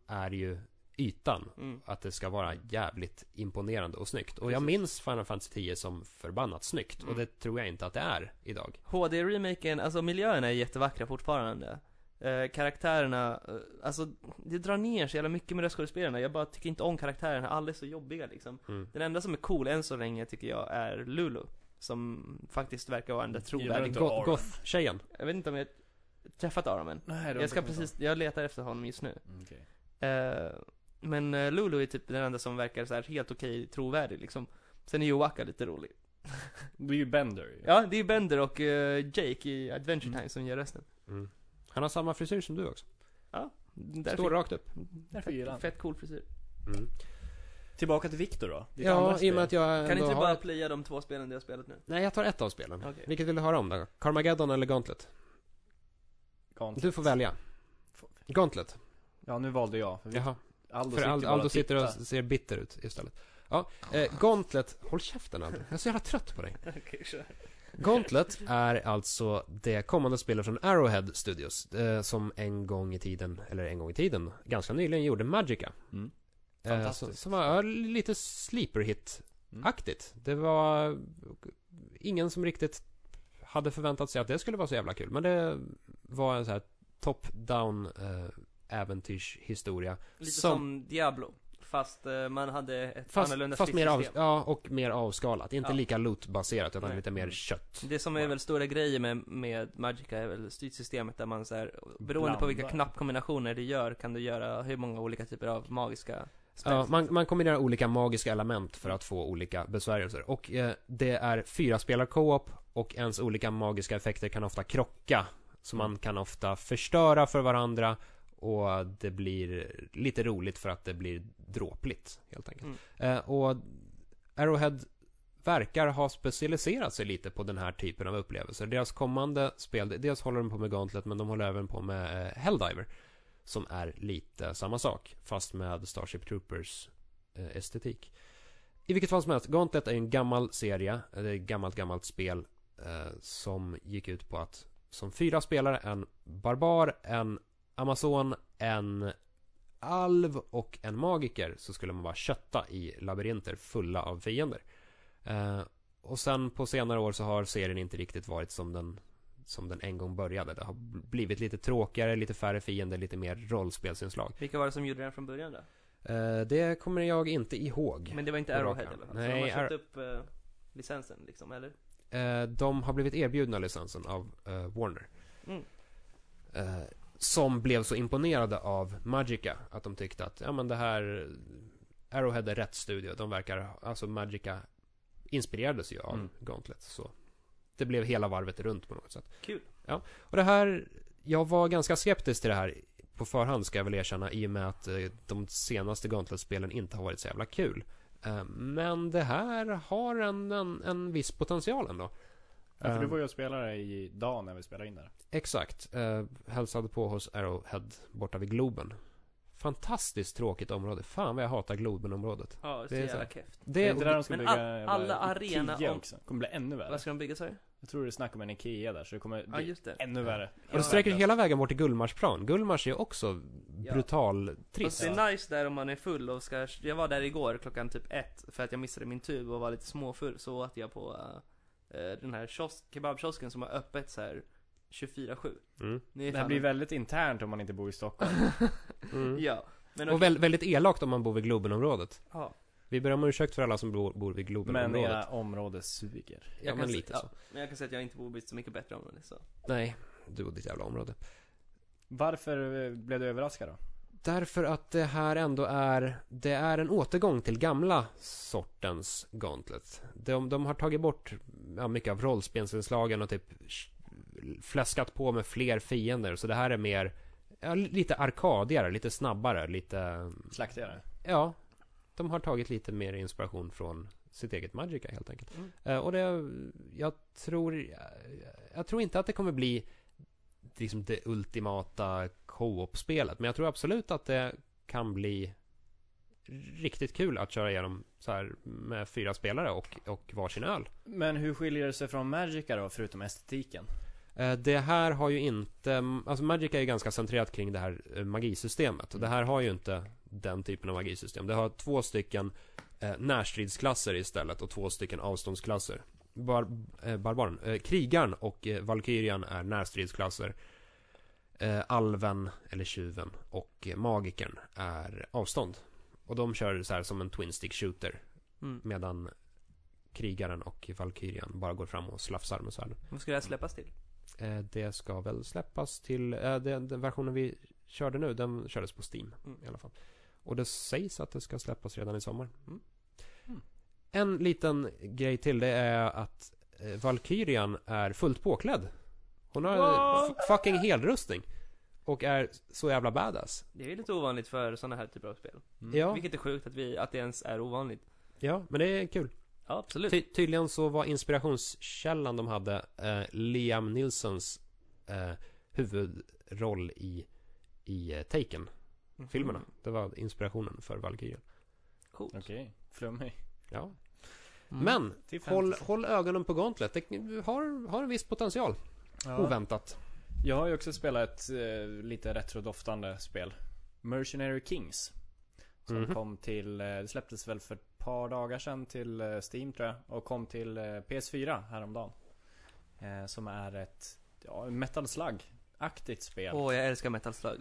Speaker 3: är ju ytan.
Speaker 2: Mm.
Speaker 3: Att det ska vara jävligt imponerande och snyggt. Och jag
Speaker 2: Precis.
Speaker 3: minns Final Fantasy 10 som förbannat snyggt. Och
Speaker 2: Mm.
Speaker 3: det tror jag inte att det är idag.
Speaker 2: HD-remaken, alltså miljöerna är jättevackra fortfarande. Eh, karaktärerna, eh, alltså det drar ner så jävla mycket med röstskådespelarna. Jag bara tycker inte om karaktärerna, alla är så jobbiga liksom.
Speaker 3: Mm.
Speaker 2: Den enda som är cool än så länge tycker jag är Lulu. Som faktiskt verkar vara den där
Speaker 1: Gillar du
Speaker 2: trovärdig.
Speaker 1: inte
Speaker 3: Go-
Speaker 1: Aron?
Speaker 3: Goth-tjejen.
Speaker 2: Jag vet inte om jag träffat Aron än.
Speaker 1: Nej, det var
Speaker 2: Jag ska
Speaker 1: inte
Speaker 2: precis, jag letar efter honom just nu.
Speaker 1: sant. Mm, okej.
Speaker 2: Eh, men eh, Lulu är typ den enda som verkar så här helt okej trovärdig liksom. Sen är Joaka lite rolig.
Speaker 1: Det är ju Bender ju.
Speaker 2: Ja, det är Bender och eh, Jake i Adventure
Speaker 1: Mm.
Speaker 2: Time som gör rösten.
Speaker 3: Mm. Han har samma frisyr som du också.
Speaker 2: Därför-
Speaker 3: Står rakt upp.
Speaker 1: Därför gillar han.
Speaker 2: fett, fett cool frisyr.
Speaker 3: Mm.
Speaker 1: Tillbaka till Victor då. Ditt andra
Speaker 3: Ja, i
Speaker 1: spel.
Speaker 3: och med att jag ändå
Speaker 2: Kan inte
Speaker 3: har...
Speaker 2: bara playa de två spelen du har spelat nu?
Speaker 3: Nej, jag tar ett av spelen.
Speaker 2: Okej.
Speaker 3: Vilket vill du höra om då? Carmageddon eller Gauntlet?
Speaker 1: Gauntlet.
Speaker 3: Du får välja.
Speaker 1: Får-
Speaker 3: Gauntlet.
Speaker 1: Ja, nu valde jag. För vi-
Speaker 3: Jaha.
Speaker 1: Aldo
Speaker 3: För
Speaker 1: sitter
Speaker 3: Aldo,
Speaker 1: bara
Speaker 3: Aldo sitter och
Speaker 1: tittar.
Speaker 3: ser bitter ut istället. Ja, eh, Gauntlet. Håll käften Aldo. Jag är så jävla trött på dig.
Speaker 2: Okej, kör.
Speaker 3: Gauntlet är alltså det kommande spelet från Arrowhead Studios. Eh, som en gång i tiden, eller en gång i tiden, ganska nyligen gjorde Magica.
Speaker 1: Mm.
Speaker 3: Eh, som,
Speaker 1: Fantastiskt.
Speaker 3: som var ja, lite sleeper hit-aktigt.
Speaker 2: Mm.
Speaker 3: Det var ingen som riktigt hade förväntat sig att det skulle vara så jävla kul. Men det var en så här top-down eh, äventyrshistoria.
Speaker 2: Lite som,
Speaker 3: Som-
Speaker 2: Diablo. Fast eh, man hade ett
Speaker 3: Fast,
Speaker 2: annorlunda
Speaker 3: fast mer, av,
Speaker 2: stridssystem.
Speaker 3: ja, och mer avskalat. Inte
Speaker 2: Ja.
Speaker 3: lika loot-baserat utan
Speaker 2: Nej.
Speaker 3: lite mer
Speaker 1: Mm.
Speaker 3: kött.
Speaker 2: Det som är väl stora grejer med, med Magica är väl styrsystemet där man så här, beroende på vilka
Speaker 1: Blandar.
Speaker 2: knappkombinationer du gör kan du göra hur många olika typer av magiska spel.
Speaker 3: Ja, man, man kombinerar olika magiska element för att få olika besvärjelser. Och eh, det är fyra spelar co-op och ens olika magiska effekter kan ofta krocka. Så man kan ofta förstöra för varandra och det blir lite roligt för att det blir dråpligt helt
Speaker 2: Mm.
Speaker 3: enkelt. Eh, och Arrowhead verkar ha specialiserat sig lite på den här typen av upplevelser. Deras kommande spel, dels håller de på med Gauntlet men de håller även på med eh, Helldiver. Som är lite samma sak, fast med Starship Troopers eh, estetik. I vilket fall som helst, Gauntlet är ju en gammal serie, eller ett gammalt, gammalt spel eh, som gick ut på att som fyra spelare, en barbar, en amazon, en alv och en magiker så skulle man bara kötta i labyrinter fulla av fiender. Eh, och sen på senare år så har serien inte riktigt varit som den, som den en gång började. Det har blivit lite tråkigare, lite färre fiender, lite mer rollspelsinslag.
Speaker 2: Vilka var det som gjorde den från början då?
Speaker 3: Eh, det kommer jag inte ihåg.
Speaker 2: Men det var inte
Speaker 3: På rak
Speaker 2: Arrowhead
Speaker 3: arm.
Speaker 2: eller?
Speaker 3: Nej,
Speaker 2: Nej, de har
Speaker 3: Arrow-
Speaker 2: köpt upp eh, licensen liksom, eller?
Speaker 3: Eh, de har blivit erbjudna licensen av eh, Warner.
Speaker 2: Mm.
Speaker 3: Eh, som blev så imponerade av Magica att de tyckte att ja men det här Arrowhead är rätt studio. De verkar, alltså Magica inspirerades ju av
Speaker 1: Mm.
Speaker 3: Gauntlet. Så det blev hela varvet runt på något sätt.
Speaker 2: Kul.
Speaker 3: Ja, och det här, jag var ganska skeptisk till det här på förhand ska jag väl erkänna i och med att eh, de senaste Gauntlet-spelen inte har varit så jävla kul. Eh, Men det här har en, en, en viss potential ändå.
Speaker 1: Ja, för du
Speaker 3: Ehm,
Speaker 1: var ju och spelade idag när vi spelade in där.
Speaker 3: Exakt. Eh, hälsade på hos Arrowhead borta vid Globen. Fantastiskt tråkigt område. Fan vad jag hatar Globenområdet.
Speaker 2: Ja, det är så
Speaker 3: Det är så
Speaker 2: jävla
Speaker 3: här.
Speaker 2: keft.
Speaker 1: Det
Speaker 3: Det,
Speaker 1: är inte där de ska
Speaker 2: men
Speaker 1: bygga
Speaker 2: all-
Speaker 1: jävla
Speaker 2: alla
Speaker 1: Ikea
Speaker 2: arena om-
Speaker 1: också. Det kommer bli ännu värre.
Speaker 2: Vad ska de bygga sa du?
Speaker 1: Jag tror det är snack om en Ikea där så det kommer
Speaker 2: Ja,
Speaker 1: bli
Speaker 2: just det.
Speaker 1: ännu värre.
Speaker 3: och det sträcker hela vägen bort till Gullmarsplan. Gullmars är ju också
Speaker 2: Ja.
Speaker 3: brutal
Speaker 2: Fast
Speaker 3: trist.
Speaker 2: det är nice där om man är full och ska, jag var där igår klockan typ ett för att jag missade min tub och var lite småfull så åt jag på eh, eh, den här kiosk, kebabkiosken som har öppet så här 24-7.
Speaker 3: Mm.
Speaker 2: Det är
Speaker 1: Det här
Speaker 2: fan-
Speaker 1: blir väldigt internt om man inte bor i Stockholm.
Speaker 3: Mm.
Speaker 2: Ja. Men
Speaker 3: Och
Speaker 2: okej.
Speaker 3: väl, väldigt elakt om man bor vid Globenområdet.
Speaker 2: ja.
Speaker 3: Vi ber om ursäkt för alla som bor, bor
Speaker 1: Men
Speaker 3: vid Globenområdet.
Speaker 1: era område suger.
Speaker 3: ja,
Speaker 2: kan
Speaker 3: men
Speaker 2: se-
Speaker 3: lite
Speaker 2: ja,
Speaker 3: så.
Speaker 2: Men jag kan säga att jag inte bor i så mycket bättre område så.
Speaker 3: Nej, du och ditt jävla område.
Speaker 1: Varför eh, blev du överraskad
Speaker 3: Mm.
Speaker 1: då?
Speaker 3: Därför att det här ändå är, det är en återgång till gamla sortens Gauntlet. De, de har tagit bort ja, mycket av rollspelsinslagen och typ sh- fläskat på med fler fiender. Så det här är mer, ja, lite arkadigare, lite snabbare, lite,
Speaker 1: Slaktigare?
Speaker 3: ja. De har tagit lite mer inspiration från sitt eget Magica helt enkelt.
Speaker 2: Mm.
Speaker 3: Eh, och det, jag tror, jag tror inte att det kommer bli liksom det ultimata co-op-spelet. Men jag tror absolut att det kan bli riktigt kul att köra igenom så här med fyra spelare och, och varsin öl.
Speaker 1: Men hur skiljer det sig från Magica då, förutom estetiken?
Speaker 3: Eh, Det här har ju inte, alltså Magic är ju ganska centrerat kring det här eh, magisystemet. Och det här har ju inte den typen av magisystem. Det har två stycken eh, närstridsklasser istället och två stycken avståndsklasser. Bar, eh, barbaren, eh, krigaren och eh, valkyrian är närstridsklasser. Eh, alven, eller tjuven, och eh, magikern är avstånd. Och de kör så här som en twin stick shooter.
Speaker 2: Mm.
Speaker 3: Medan krigaren och valkyrian bara går fram och slafsar med svärden.
Speaker 2: Vad ska det här släppas till?
Speaker 3: Eh, det ska väl släppas till, eh, den, den versionen vi körde nu, den kördes på Steam
Speaker 2: Mm.
Speaker 3: i alla fall. Och det sägs att det ska släppas redan i sommar.
Speaker 2: Mm.
Speaker 1: Mm.
Speaker 3: En liten grej till, det är att eh, Valkyrian är fullt påklädd. Hon har
Speaker 2: What?
Speaker 3: f- fucking helrustning. Och är så jävla badass.
Speaker 2: Det är ju lite ovanligt för sådana här typer av spel.
Speaker 1: Mm.
Speaker 3: Ja,
Speaker 2: Mm. Vilket är sjukt att, vi, att det ens är ovanligt.
Speaker 3: ja, men det är kul.
Speaker 2: Ja, absolut.
Speaker 3: Ty- tydligen så var inspirationskällan de hade eh, Liam Nilsons eh, huvudroll i, i eh, Taken.
Speaker 2: Mhm.
Speaker 3: filmerna. Det var inspirationen för Valkyrien.
Speaker 2: Coolt.
Speaker 1: Okej, flummig.
Speaker 3: Ja.
Speaker 2: Mm.
Speaker 3: Men
Speaker 1: Till
Speaker 3: håll,
Speaker 1: fantasy.
Speaker 3: håll ögonen på Gauntlet. Det har, har en viss potential.
Speaker 1: Ja. Mm,
Speaker 3: Oväntat.
Speaker 1: Jag har ju också spelat ett eh, lite retrodoftande spel. Mercenary Kings. Som
Speaker 3: Mhm.
Speaker 1: kom till, eh, det släpptes väl för ett par dagar sedan till eh, Steam tror jag. Och kom till eh, PS4 häromdagen. Eh, som är ett ja, metal slug-aktigt spel.
Speaker 2: Åh, jag älskar Metal Slug.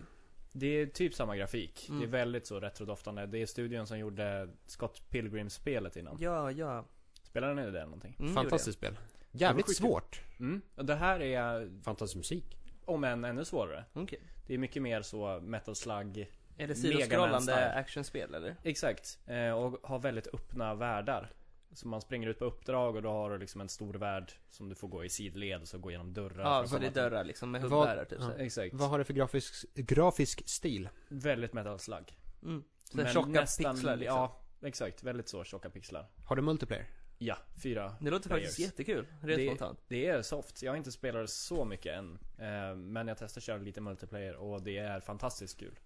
Speaker 1: Det är typ samma grafik.
Speaker 2: Mm.
Speaker 1: Det är väldigt så retrodoftande. Det är studion som gjorde Scott Pilgrim-spelet innan.
Speaker 2: Ja, Mm, ja.
Speaker 1: Spelade ni det eller någonting?
Speaker 2: Mm,
Speaker 3: Fantastiskt spel.
Speaker 1: Det var
Speaker 3: Jävligt
Speaker 1: sjukt.
Speaker 3: svårt.
Speaker 1: Mm. Och det här är,
Speaker 3: Fantastisk musik.
Speaker 1: om än ännu svårare.
Speaker 2: gjorde jag. Okej.
Speaker 1: Det är mycket mer så metal slug
Speaker 2: Är det
Speaker 1: Mega Man-style.
Speaker 2: sidoskrollande actionspel eller?
Speaker 1: Exakt, eh, och har väldigt öppna världar. Så man springer ut på uppdrag och då har du liksom en stor värld som du får gå i sidled och så gå genom dörrar. för
Speaker 2: Ja,
Speaker 1: att
Speaker 2: så det
Speaker 1: komma
Speaker 2: är dörrar liksom med
Speaker 3: Vad-
Speaker 2: hubbärar typ
Speaker 1: till-
Speaker 3: ja.
Speaker 2: såhär.
Speaker 1: Exakt.
Speaker 3: Vad har det för grafisk, grafisk stil?
Speaker 1: Väldigt metal slug.
Speaker 2: Mm. Så
Speaker 1: Men
Speaker 2: tjocka
Speaker 1: nästan-
Speaker 2: pixlar liksom.
Speaker 1: Ja, exakt. Väldigt så tjocka pixlar.
Speaker 3: Har det multiplayer?
Speaker 1: Ja, fyra.
Speaker 2: Det låter faktiskt
Speaker 1: Players.
Speaker 2: jättekul, rent
Speaker 1: Det-
Speaker 2: spontant.
Speaker 1: Det är soft. Jag har inte spelat det så mycket än. Eh, men jag testar att köra lite multiplayer och det är fantastiskt kul.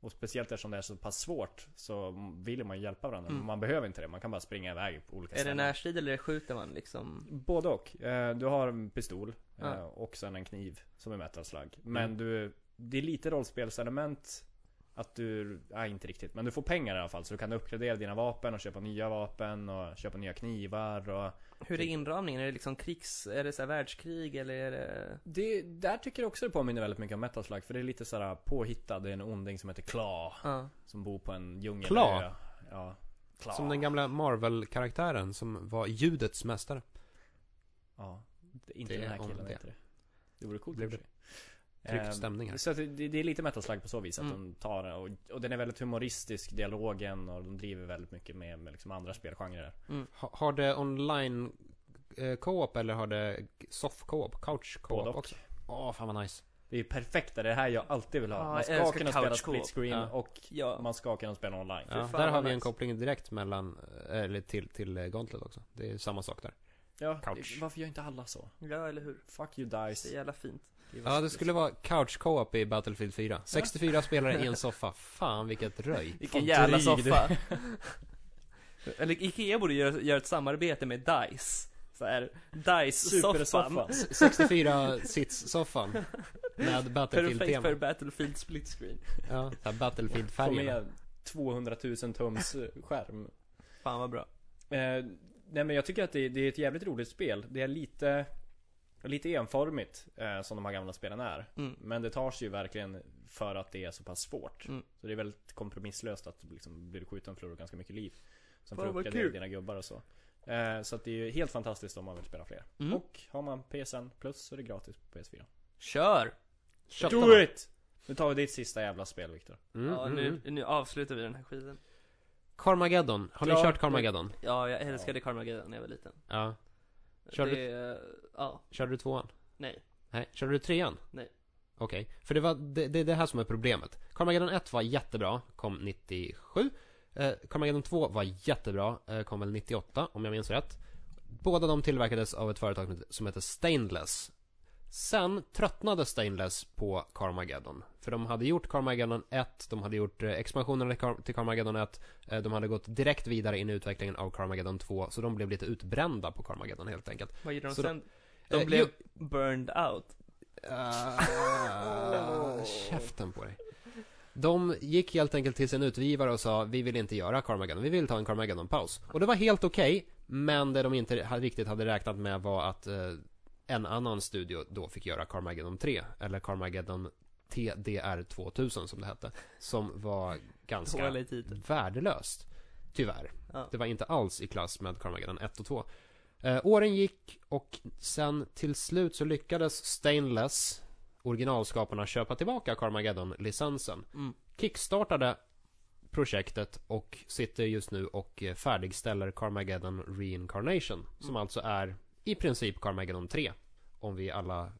Speaker 1: Och speciellt eftersom det är så pass svårt så vill man hjälpa varandra.
Speaker 2: Mm.
Speaker 1: Man behöver inte det. Man kan bara springa iväg på olika
Speaker 2: Är det
Speaker 1: ställen.
Speaker 2: närstrid eller skjuter man liksom?
Speaker 1: Både och. Eh, Du har en pistol eh,
Speaker 2: Ja.
Speaker 1: och sen en kniv som är metalslag. Men
Speaker 3: Mm.
Speaker 1: du, det är lite rollspelselement. Att du, nej inte riktigt, men du får pengar i alla fall så du kan uppgradera dina vapen och köpa nya vapen och köpa nya knivar och
Speaker 2: Hur är inramningen? Är det liksom krigs, är det så här världskrig eller är det?
Speaker 1: det, Där tycker jag också det påminner väldigt mycket om metalslag för det är lite såhär påhittad, det är en onding som heter Claw
Speaker 2: Ja.
Speaker 1: som bor på en djungel
Speaker 3: Claw?
Speaker 1: Eller, Ja, Claw
Speaker 3: Som den gamla Marvel-karaktären som var ljudets mästare.
Speaker 1: Ja, det, inte
Speaker 3: Det är
Speaker 1: den här
Speaker 3: om
Speaker 1: killen
Speaker 3: det.
Speaker 1: heter det Det vore coolt i och
Speaker 3: Blev
Speaker 1: för sig.
Speaker 3: Tryckt
Speaker 1: Ehm,
Speaker 3: stämning här.
Speaker 1: Så att det, det är lite metalslag på så vis att
Speaker 2: Mm.
Speaker 1: de tar det och, och den är väldigt humoristisk dialogen och de driver väldigt mycket med, med liksom andra spelgenrer.
Speaker 3: Ha, har det online eh, co-op eller har det soft co-op? Couch
Speaker 1: Både
Speaker 3: co-op
Speaker 1: och.
Speaker 3: också? Åh, fan vad nice.
Speaker 1: Det är ju perfekt, det är det här jag alltid vill ha.
Speaker 2: Ja,
Speaker 1: man
Speaker 2: jag
Speaker 1: ska
Speaker 2: älskar
Speaker 1: kunna spela
Speaker 2: couch co-op.
Speaker 1: split screen
Speaker 3: Ja.
Speaker 1: och
Speaker 2: Ja.
Speaker 1: man ska kunna spela online.
Speaker 3: Ja,
Speaker 2: fan
Speaker 3: där
Speaker 2: vad
Speaker 3: har vi
Speaker 2: nice.
Speaker 3: en koppling direkt mellan, eller till, till eh, Gauntlet också. Det är samma sak där.
Speaker 1: Ja,
Speaker 3: Couch.
Speaker 1: varför gör inte alla så?
Speaker 2: Ja, eller hur?
Speaker 1: Fuck you
Speaker 2: Så
Speaker 1: dice.
Speaker 2: jävla fint.
Speaker 3: Ja, det skulle vara couch co-op i Battlefield 4. 64 spelare i en soffa. Fan vilket röj.
Speaker 2: Vilken
Speaker 1: Fan,
Speaker 2: jävla
Speaker 1: dryg du.
Speaker 2: soffa. eller Ikea borde göra, göra ett samarbete med DICE. Så här, DICE-soffan.
Speaker 1: Supersoffan.
Speaker 3: 64 sits-soffan. Med
Speaker 2: Perfekt för
Speaker 3: Battlefield-tema.
Speaker 2: Battlefield split screen.
Speaker 3: Ja, så här
Speaker 1: Få
Speaker 3: Battlefield-färgerna.
Speaker 1: med 200 000 tums eh, skärm.
Speaker 2: Fan vad bra.
Speaker 1: Eh, nej men jag tycker att det, det är ett jävligt roligt spel. Det är lite, lite enformigt eh, som de här gamla spelen är.
Speaker 2: Mm.
Speaker 1: Men det tar sig ju verkligen för att det är så pass svårt.
Speaker 2: Mm.
Speaker 1: Så det är väldigt kompromisslöst att liksom, blir du skjuten förlorar du ganska mycket liv. Sen får
Speaker 2: Fan,
Speaker 1: du
Speaker 2: vad
Speaker 1: uppgradera
Speaker 2: kul.
Speaker 1: dina gubbar och så. Eh, så att det är ju helt fantastiskt om man vill spela fler.
Speaker 2: Mm.
Speaker 1: Och har man PSN plus så är det gratis på PS4.
Speaker 2: Kör!
Speaker 3: Köttarna.
Speaker 1: Do it! Nu tar vi ditt sista jävla spel Viktor.
Speaker 3: Mm,
Speaker 2: ja,
Speaker 3: mm, mm.
Speaker 2: nu, nu avslutar vi den här skiten.
Speaker 3: Carmageddon. Har ni
Speaker 1: Klart.
Speaker 3: kört Carmageddon?
Speaker 2: Ja, jag älskade Carmageddon när jag var liten.
Speaker 3: Ja. Kör
Speaker 2: det, Ja,
Speaker 3: Körde du tvåan?
Speaker 2: nej.
Speaker 3: Nej. Körde du trean?
Speaker 2: Nej.
Speaker 3: Okej. För det var, det, det är det här som är problemet. Carmageddon 1 var jättebra. Kom 97. Eh, Carmageddon 2 var jättebra. Eh, kom väl 98 om jag minns rätt. Båda de tillverkades av ett företag som heter Stainless. Sen tröttnade Stainless på Carmageddon. För de hade gjort Carmageddon 1, de hade gjort eh, expansionerna till Car- till Carmageddon 1, eh, de hade gått direkt vidare in i utvecklingen av Carmageddon 2, så de blev lite utbrända på Carmageddon helt enkelt.
Speaker 2: Vad gjorde de
Speaker 3: Så då-
Speaker 2: sen? De
Speaker 3: Eh,
Speaker 2: blev
Speaker 3: jo-
Speaker 2: burned out.
Speaker 3: Ah, käften på dig. De gick helt enkelt till sin utgivare och sa vi vill inte göra Carmageddon, vi vill ta en Carmageddon-paus. Och det var helt okej, men det de inte ha- riktigt hade räknat med var att eh, en annan studio då fick göra Carmageddon 3, eller Carmageddon TDR 2000 som det hette, som var ganska
Speaker 2: Dålig titel.
Speaker 3: värdelöst. Tyvärr.
Speaker 2: Ja.
Speaker 3: Det var inte alls i klass med Carmageddon 1 och 2. Eh, åren gick och sen till slut så lyckades Stainless, originalskaparna, köpa tillbaka Carmageddon-licensen.
Speaker 2: Mm.
Speaker 3: Kickstartade projektet och sitter just nu och eh, färdigställer Carmageddon Reincarnation. Som
Speaker 2: Mm.
Speaker 3: alltså är i princip Carmageddon 3. Om vi alla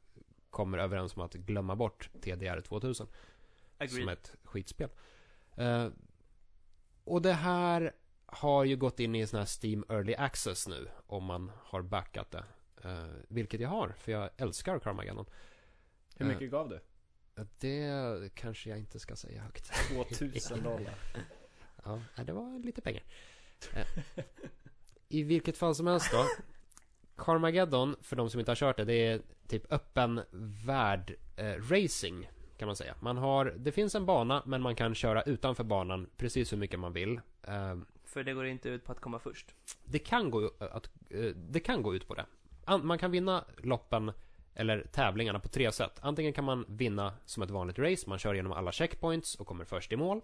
Speaker 3: kommer överens om att glömma bort TDR 2000 som
Speaker 2: Agreed.
Speaker 3: ett skitspel. Eh, och det här har ju gått in i sån här Steam Early Access nu, om man har backat det. Eh, vilket jag har, för jag älskar Carmageddon.
Speaker 1: Hur
Speaker 2: Mm.
Speaker 1: mycket gav du?
Speaker 3: Eh, det kanske jag inte ska säga högt.
Speaker 1: 2000 dollar.
Speaker 3: Ja, nej, det var lite pengar. Eh, I vilket fall som helst då. Carmageddon, för de som inte har kört det, det är typ öppen värld eh, racing kan man säga. Man har, det finns en bana men man kan köra utanför banan precis hur mycket man vill. Eh,
Speaker 2: För det går inte ut på att komma först.
Speaker 3: det kan gå, att, eh, det kan gå ut på det. An- Man kan vinna loppen eller tävlingarna på tre sätt. Antingen kan man vinna som ett vanligt race, man kör genom alla checkpoints och kommer först i mål.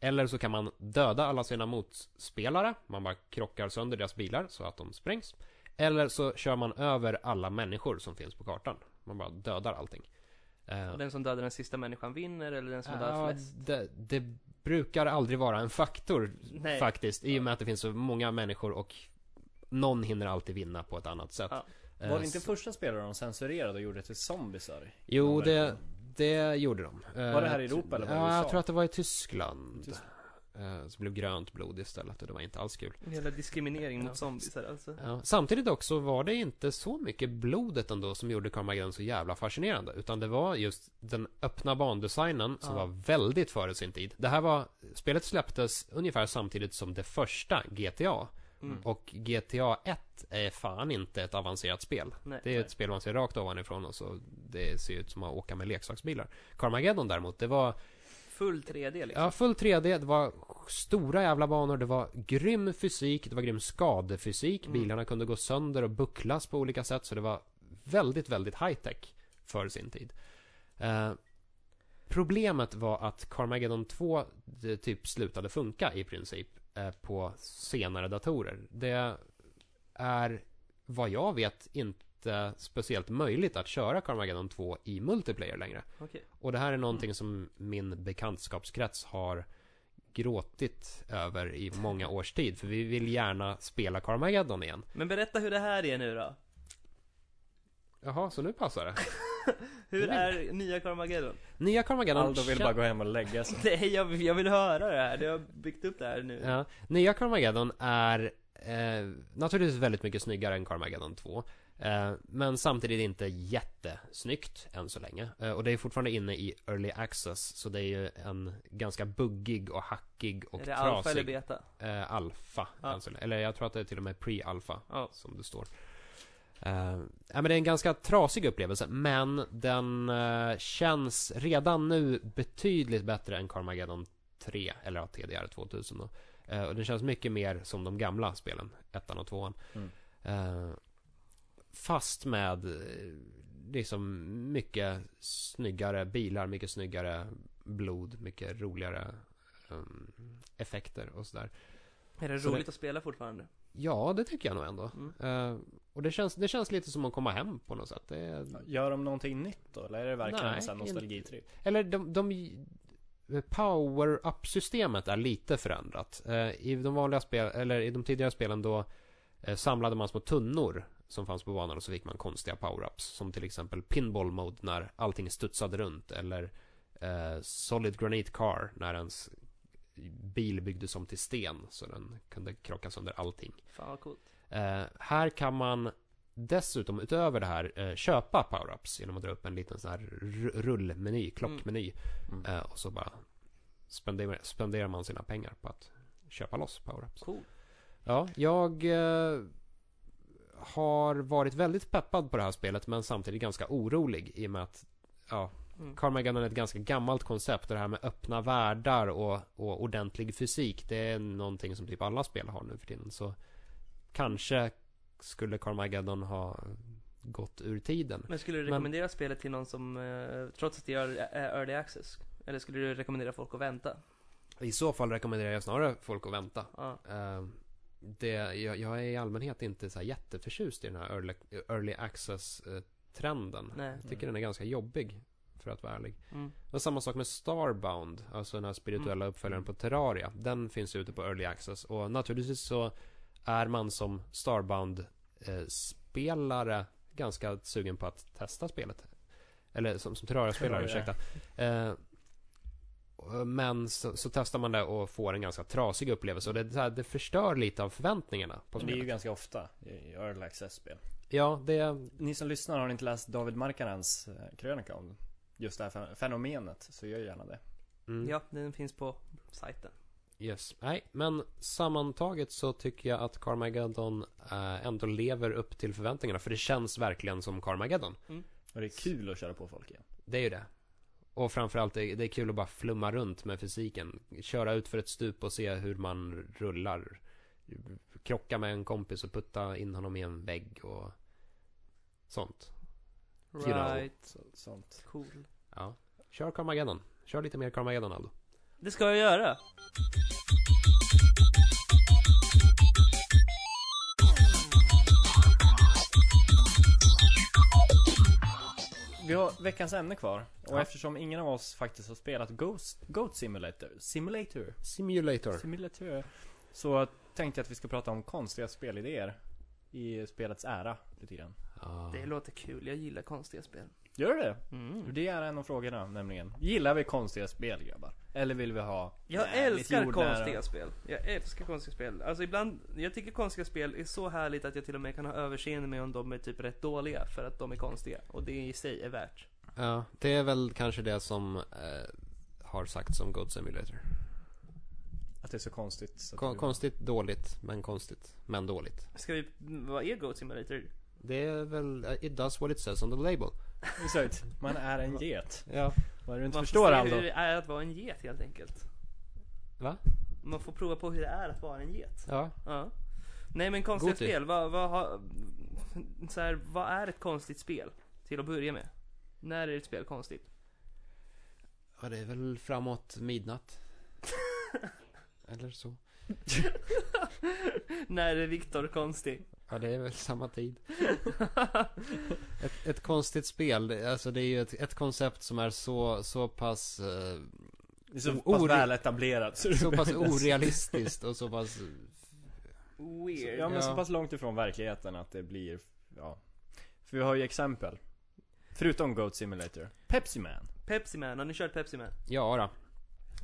Speaker 3: Eller så kan man döda alla sina motspelare, man bara krockar sönder deras bilar så att de sprängs. Eller så kör man över alla människor som finns på kartan. Man bara dödar allting. Eh,
Speaker 2: Och den som dödar den sista människan vinner, eller den som dödar
Speaker 3: Ja,
Speaker 2: flest.
Speaker 3: det, det brukar aldrig vara en faktor
Speaker 2: Nej.
Speaker 3: faktiskt. I och med att det finns så många människor och någon hinner alltid vinna på ett annat sätt.
Speaker 2: Ja.
Speaker 3: Eh,
Speaker 1: Var det inte
Speaker 3: så-
Speaker 1: första spelare de censurerade och gjorde till zombisar?
Speaker 3: Jo,
Speaker 1: Någon
Speaker 3: det,
Speaker 1: version?
Speaker 3: det gjorde de. Eh,
Speaker 1: Var det här i Europa eller var det i
Speaker 3: Ja, jag
Speaker 1: USA?
Speaker 3: tror att det var i Tyskland.
Speaker 1: Tyskland.
Speaker 3: Eh, Så blev grönt blod istället och det var inte alls kul.
Speaker 2: Hela diskriminering
Speaker 3: Ja.
Speaker 2: mot zombies här alltså.
Speaker 3: Ja, samtidigt också var det inte så mycket blodet ändå som gjorde Carmageddon så jävla fascinerande. Utan det var just den öppna bandesignen som
Speaker 2: Ja.
Speaker 3: var väldigt före sin tid. Det här var, spelet släpptes ungefär samtidigt som det första GTA.
Speaker 2: Mm.
Speaker 3: Och GTA 1 är fan inte ett avancerat spel.
Speaker 2: Nej.
Speaker 3: Det är ett spel man ser rakt ovanifrån och så det ser ut som att åka med leksaksbilar. Carmageddon däremot, det var
Speaker 2: Full 3D liksom.
Speaker 3: Ja, full 3D, det var stora jävla banor, det var grym fysik, det var grym skadefysik,
Speaker 2: Mm.
Speaker 3: bilarna kunde gå sönder och bucklas på olika sätt, så det var väldigt, väldigt high-tech för sin tid. Eh, problemet var att Carmageddon 2 det typ slutade funka i princip eh, på senare datorer. Det är, vad jag vet, inte speciellt möjligt att köra Carmageddon 2 i multiplayer längre.
Speaker 2: Okej.
Speaker 3: Och det här är någonting som min bekantskapskrets har gråtit över i många års tid. För vi vill gärna spela Carmageddon igen.
Speaker 2: Men berätta hur det här är nu då.
Speaker 3: Jaha, så nu passar det.
Speaker 2: Hur
Speaker 3: Nej.
Speaker 2: är nya Carmageddon?
Speaker 3: Nya Carmageddon...
Speaker 1: Aldo vill
Speaker 3: kän-
Speaker 1: bara gå hem och lägga sig.
Speaker 2: Nej, jag, jag vill höra det här. Du har byggt upp det här nu.
Speaker 3: Ja, nya Carmageddon är eh, naturligtvis väldigt mycket snyggare än Carmageddon 2. Eh, men samtidigt inte jättesnyggt än så länge. Eh, och det är fortfarande inne i Early Access. Så det är ju en ganska buggig och hackig och
Speaker 2: är det
Speaker 3: trasig.
Speaker 2: alfa eller beta?
Speaker 3: eh, alfa.
Speaker 2: Ja.
Speaker 3: Alltså, eller jag tror att det är till och med pre-alfa
Speaker 2: Ja.
Speaker 3: som det står. Eh, ja, men det är en ganska trasig upplevelse men den eh, känns redan nu betydligt bättre än Carmageddon 3 eller ja, TDR 2000 då. Eh, och den känns mycket mer som de gamla spelen, ettan och tvåan.
Speaker 1: Mm.
Speaker 3: Eh, fast med eh, liksom mycket snyggare bilar, mycket snyggare blod, mycket roligare ehm, effekter och sådär.
Speaker 2: Är det
Speaker 3: Så
Speaker 2: roligt att spela fortfarande?
Speaker 3: Ja, det tycker jag nog ändå.
Speaker 2: Mm.
Speaker 3: Eh, och det känns, det känns lite som att komma hem på något sätt. Det är,
Speaker 1: Gör de någonting nytt då? Eller är det verkligen
Speaker 3: Nej,
Speaker 1: en sån här
Speaker 3: inte.
Speaker 1: nostalgitripp?
Speaker 3: Eller de, de power-up-systemet är lite förändrat. Eh, I de vanliga spel, eller i de tidigare spelen då eh, samlade man små tunnor som fanns på banan och så fick man konstiga power-ups. Som till exempel pinball mode när allting studsade runt eller eh, solid granite car när ens bil byggdes om till sten så den kunde krocka sönder allting.
Speaker 2: Fan vad coolt.
Speaker 3: Eh, här kan man dessutom utöver det här eh, köpa power-ups genom att dra upp en liten sån här r- rullmeny, klockmeny.
Speaker 1: Mm.
Speaker 3: Eh, och så bara spenderar, spenderar man sina pengar på att köpa loss power-ups.
Speaker 2: Cool.
Speaker 3: Ja, jag eh, har varit väldigt peppad på det här spelet men samtidigt ganska orolig i och med att ja,
Speaker 2: Mm.
Speaker 3: Carmageddon är ett ganska gammalt koncept. och Det här med öppna världar och, och ordentlig fysik. Det är någonting som typ alla spel har nu för tiden. Så kanske skulle Carmageddon ha gått ur tiden.
Speaker 2: Men skulle du
Speaker 3: Men-
Speaker 2: rekommendera spelet till någon som, eh, trots att det är är early access? Eller skulle du rekommendera folk att vänta?
Speaker 3: I så fall rekommenderar jag snarare folk att vänta.
Speaker 2: Ja.
Speaker 3: Eh, det, jag, jag är i allmänhet inte så här jätteförtjust i den här early, early access-trenden.
Speaker 2: Nej.
Speaker 3: Jag tycker den är ganska jobbig, för att vara ärlig.
Speaker 2: Mm.
Speaker 3: Och samma sak med Starbound, alltså den här
Speaker 1: Mm.
Speaker 3: spirituella uppföljaren på Terraria. Den finns ute på Early Access och naturligtvis så är man som Starbound-spelare ganska sugen på att testa spelet. Eller som, som Terraria-spelare, ursäkta.
Speaker 1: Terraria.
Speaker 3: Eh, och- men så, så testar man det och får en ganska trasig upplevelse och det, är så här, det förstör lite av förväntningarna på
Speaker 1: Men det är ju
Speaker 3: spelet.
Speaker 1: ganska ofta i Early Access-spel.
Speaker 3: Ja, det,
Speaker 1: Ni som lyssnar, har ni inte läst David Markanens eh, krönika om just det här fen- fenomenet så gör gärna det.
Speaker 3: mm.
Speaker 2: ja, den finns på sajten.
Speaker 3: Yes. Nej, men sammantaget så tycker jag att Carmageddon eh, ändå lever upp till förväntningarna. För det känns verkligen som Carmageddon.
Speaker 1: Och det är kul att köra på folk igen.
Speaker 3: Det är ju det. Och framförallt, det, det är kul att bara flumma runt med fysiken. Köra ut för ett stup och se hur man rullar. Krocka med en kompis och putta in honom i en vägg och sånt. You know.
Speaker 2: Right,
Speaker 1: Så, sånt.
Speaker 2: cool.
Speaker 3: Ja. Kör Carmageddon. Kör lite mer Carmageddon, Aldo.
Speaker 2: Det ska jag göra.
Speaker 1: Vi har veckans ämne kvar. Och
Speaker 3: Ja.
Speaker 1: eftersom ingen av oss faktiskt har spelat Ghost, Goat Simulator, Simulator,
Speaker 3: Simulator.
Speaker 1: Simulator. Så tänkte jag att vi ska prata om konstiga spelidéer. I spelets ära, lite grann.
Speaker 3: Ja.
Speaker 2: Det låter kul, jag gillar konstiga spel.
Speaker 1: Gör det?
Speaker 2: Mm.
Speaker 1: Det är en av frågorna nämligen. Gillar vi konstiga spel grabbar? Eller vill vi ha
Speaker 2: Jag
Speaker 1: jävligt
Speaker 2: älskar
Speaker 1: jordnära?
Speaker 2: konstiga spel. Jag älskar konstiga spel. Alltså ibland, jag tycker konstiga spel är så härligt att jag till och med kan ha överseende med om de är typ rätt dåliga för att de är konstiga. Och det i sig är värt.
Speaker 3: Ja, det är väl kanske det som eh, har sagts om God Simulator.
Speaker 1: Att det är så konstigt så att
Speaker 3: Kon-
Speaker 1: vi-
Speaker 3: konstigt, dåligt, men konstigt, men dåligt.
Speaker 2: Ska vi, vad är Goat Simulator?
Speaker 3: Det är väl, eh, it does what it says on the label.
Speaker 1: Exakt. Man är en get.
Speaker 3: Ja.
Speaker 1: Vad är det du inte
Speaker 2: Man
Speaker 1: förstår
Speaker 2: får se
Speaker 1: Aldo?
Speaker 2: hur det är att vara en get helt enkelt.
Speaker 3: Va?
Speaker 2: Man får prova på hur det är att vara en get.
Speaker 3: Ja.
Speaker 2: Ja. Nej men konstiga
Speaker 3: Goti.
Speaker 2: spel, vad, vad, har, så här, vad är ett konstigt spel? Till att börja med. När är ett spel konstigt?
Speaker 3: ja, det är väl framåt midnatt. Eller så.
Speaker 2: När är Viktor konstig?
Speaker 3: Ja, det är väl samma tid. Ett, ett konstigt spel, det- alltså det är ju ett, ett koncept som är så, så pass, eh,
Speaker 1: Det är så
Speaker 3: O-
Speaker 1: pass
Speaker 3: ore-
Speaker 1: väl etablerat så, du
Speaker 3: så pass
Speaker 1: behöver inte ens-
Speaker 3: orealistiskt och så pass,
Speaker 2: Weird.
Speaker 1: Ja men så
Speaker 3: Ja.
Speaker 1: pass långt ifrån verkligheten att det blir, ja. För vi har ju exempel. Förutom Goat Simulator. Pepsi Man.
Speaker 2: Pepsi Man, har ni kört Pepsi Man?
Speaker 3: ja då.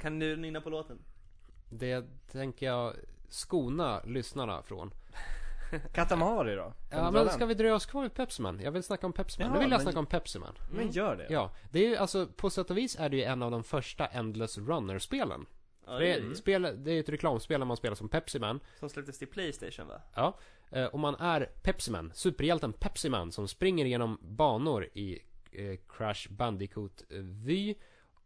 Speaker 2: Kan du nynna på låten?
Speaker 3: Det tänker jag skona lyssnarna från.
Speaker 1: Katamari då? Kan
Speaker 3: Ja,
Speaker 1: du dra
Speaker 3: men
Speaker 1: den?
Speaker 3: ska vi dröja oss kvar vid Pepsiman? Jag vill snacka om Pepsiman.
Speaker 1: Ja,
Speaker 3: nu vill jag
Speaker 1: men-
Speaker 3: snacka om Pepsiman.
Speaker 1: Men gör det.
Speaker 3: Ja, det är ju alltså, på sätt och vis är det ju en av de första Endless Runner-spelen.
Speaker 2: Ja,
Speaker 3: Det,
Speaker 2: det
Speaker 3: är-
Speaker 2: är,
Speaker 3: spel, det är ju ett reklamspel där man spelar som Pepsiman.
Speaker 2: som släpptes till Playstation va?
Speaker 3: Ja, eh, och man är Pepsiman, superhjälten Pepsiman som springer genom banor i eh, Crash Bandicoot-vy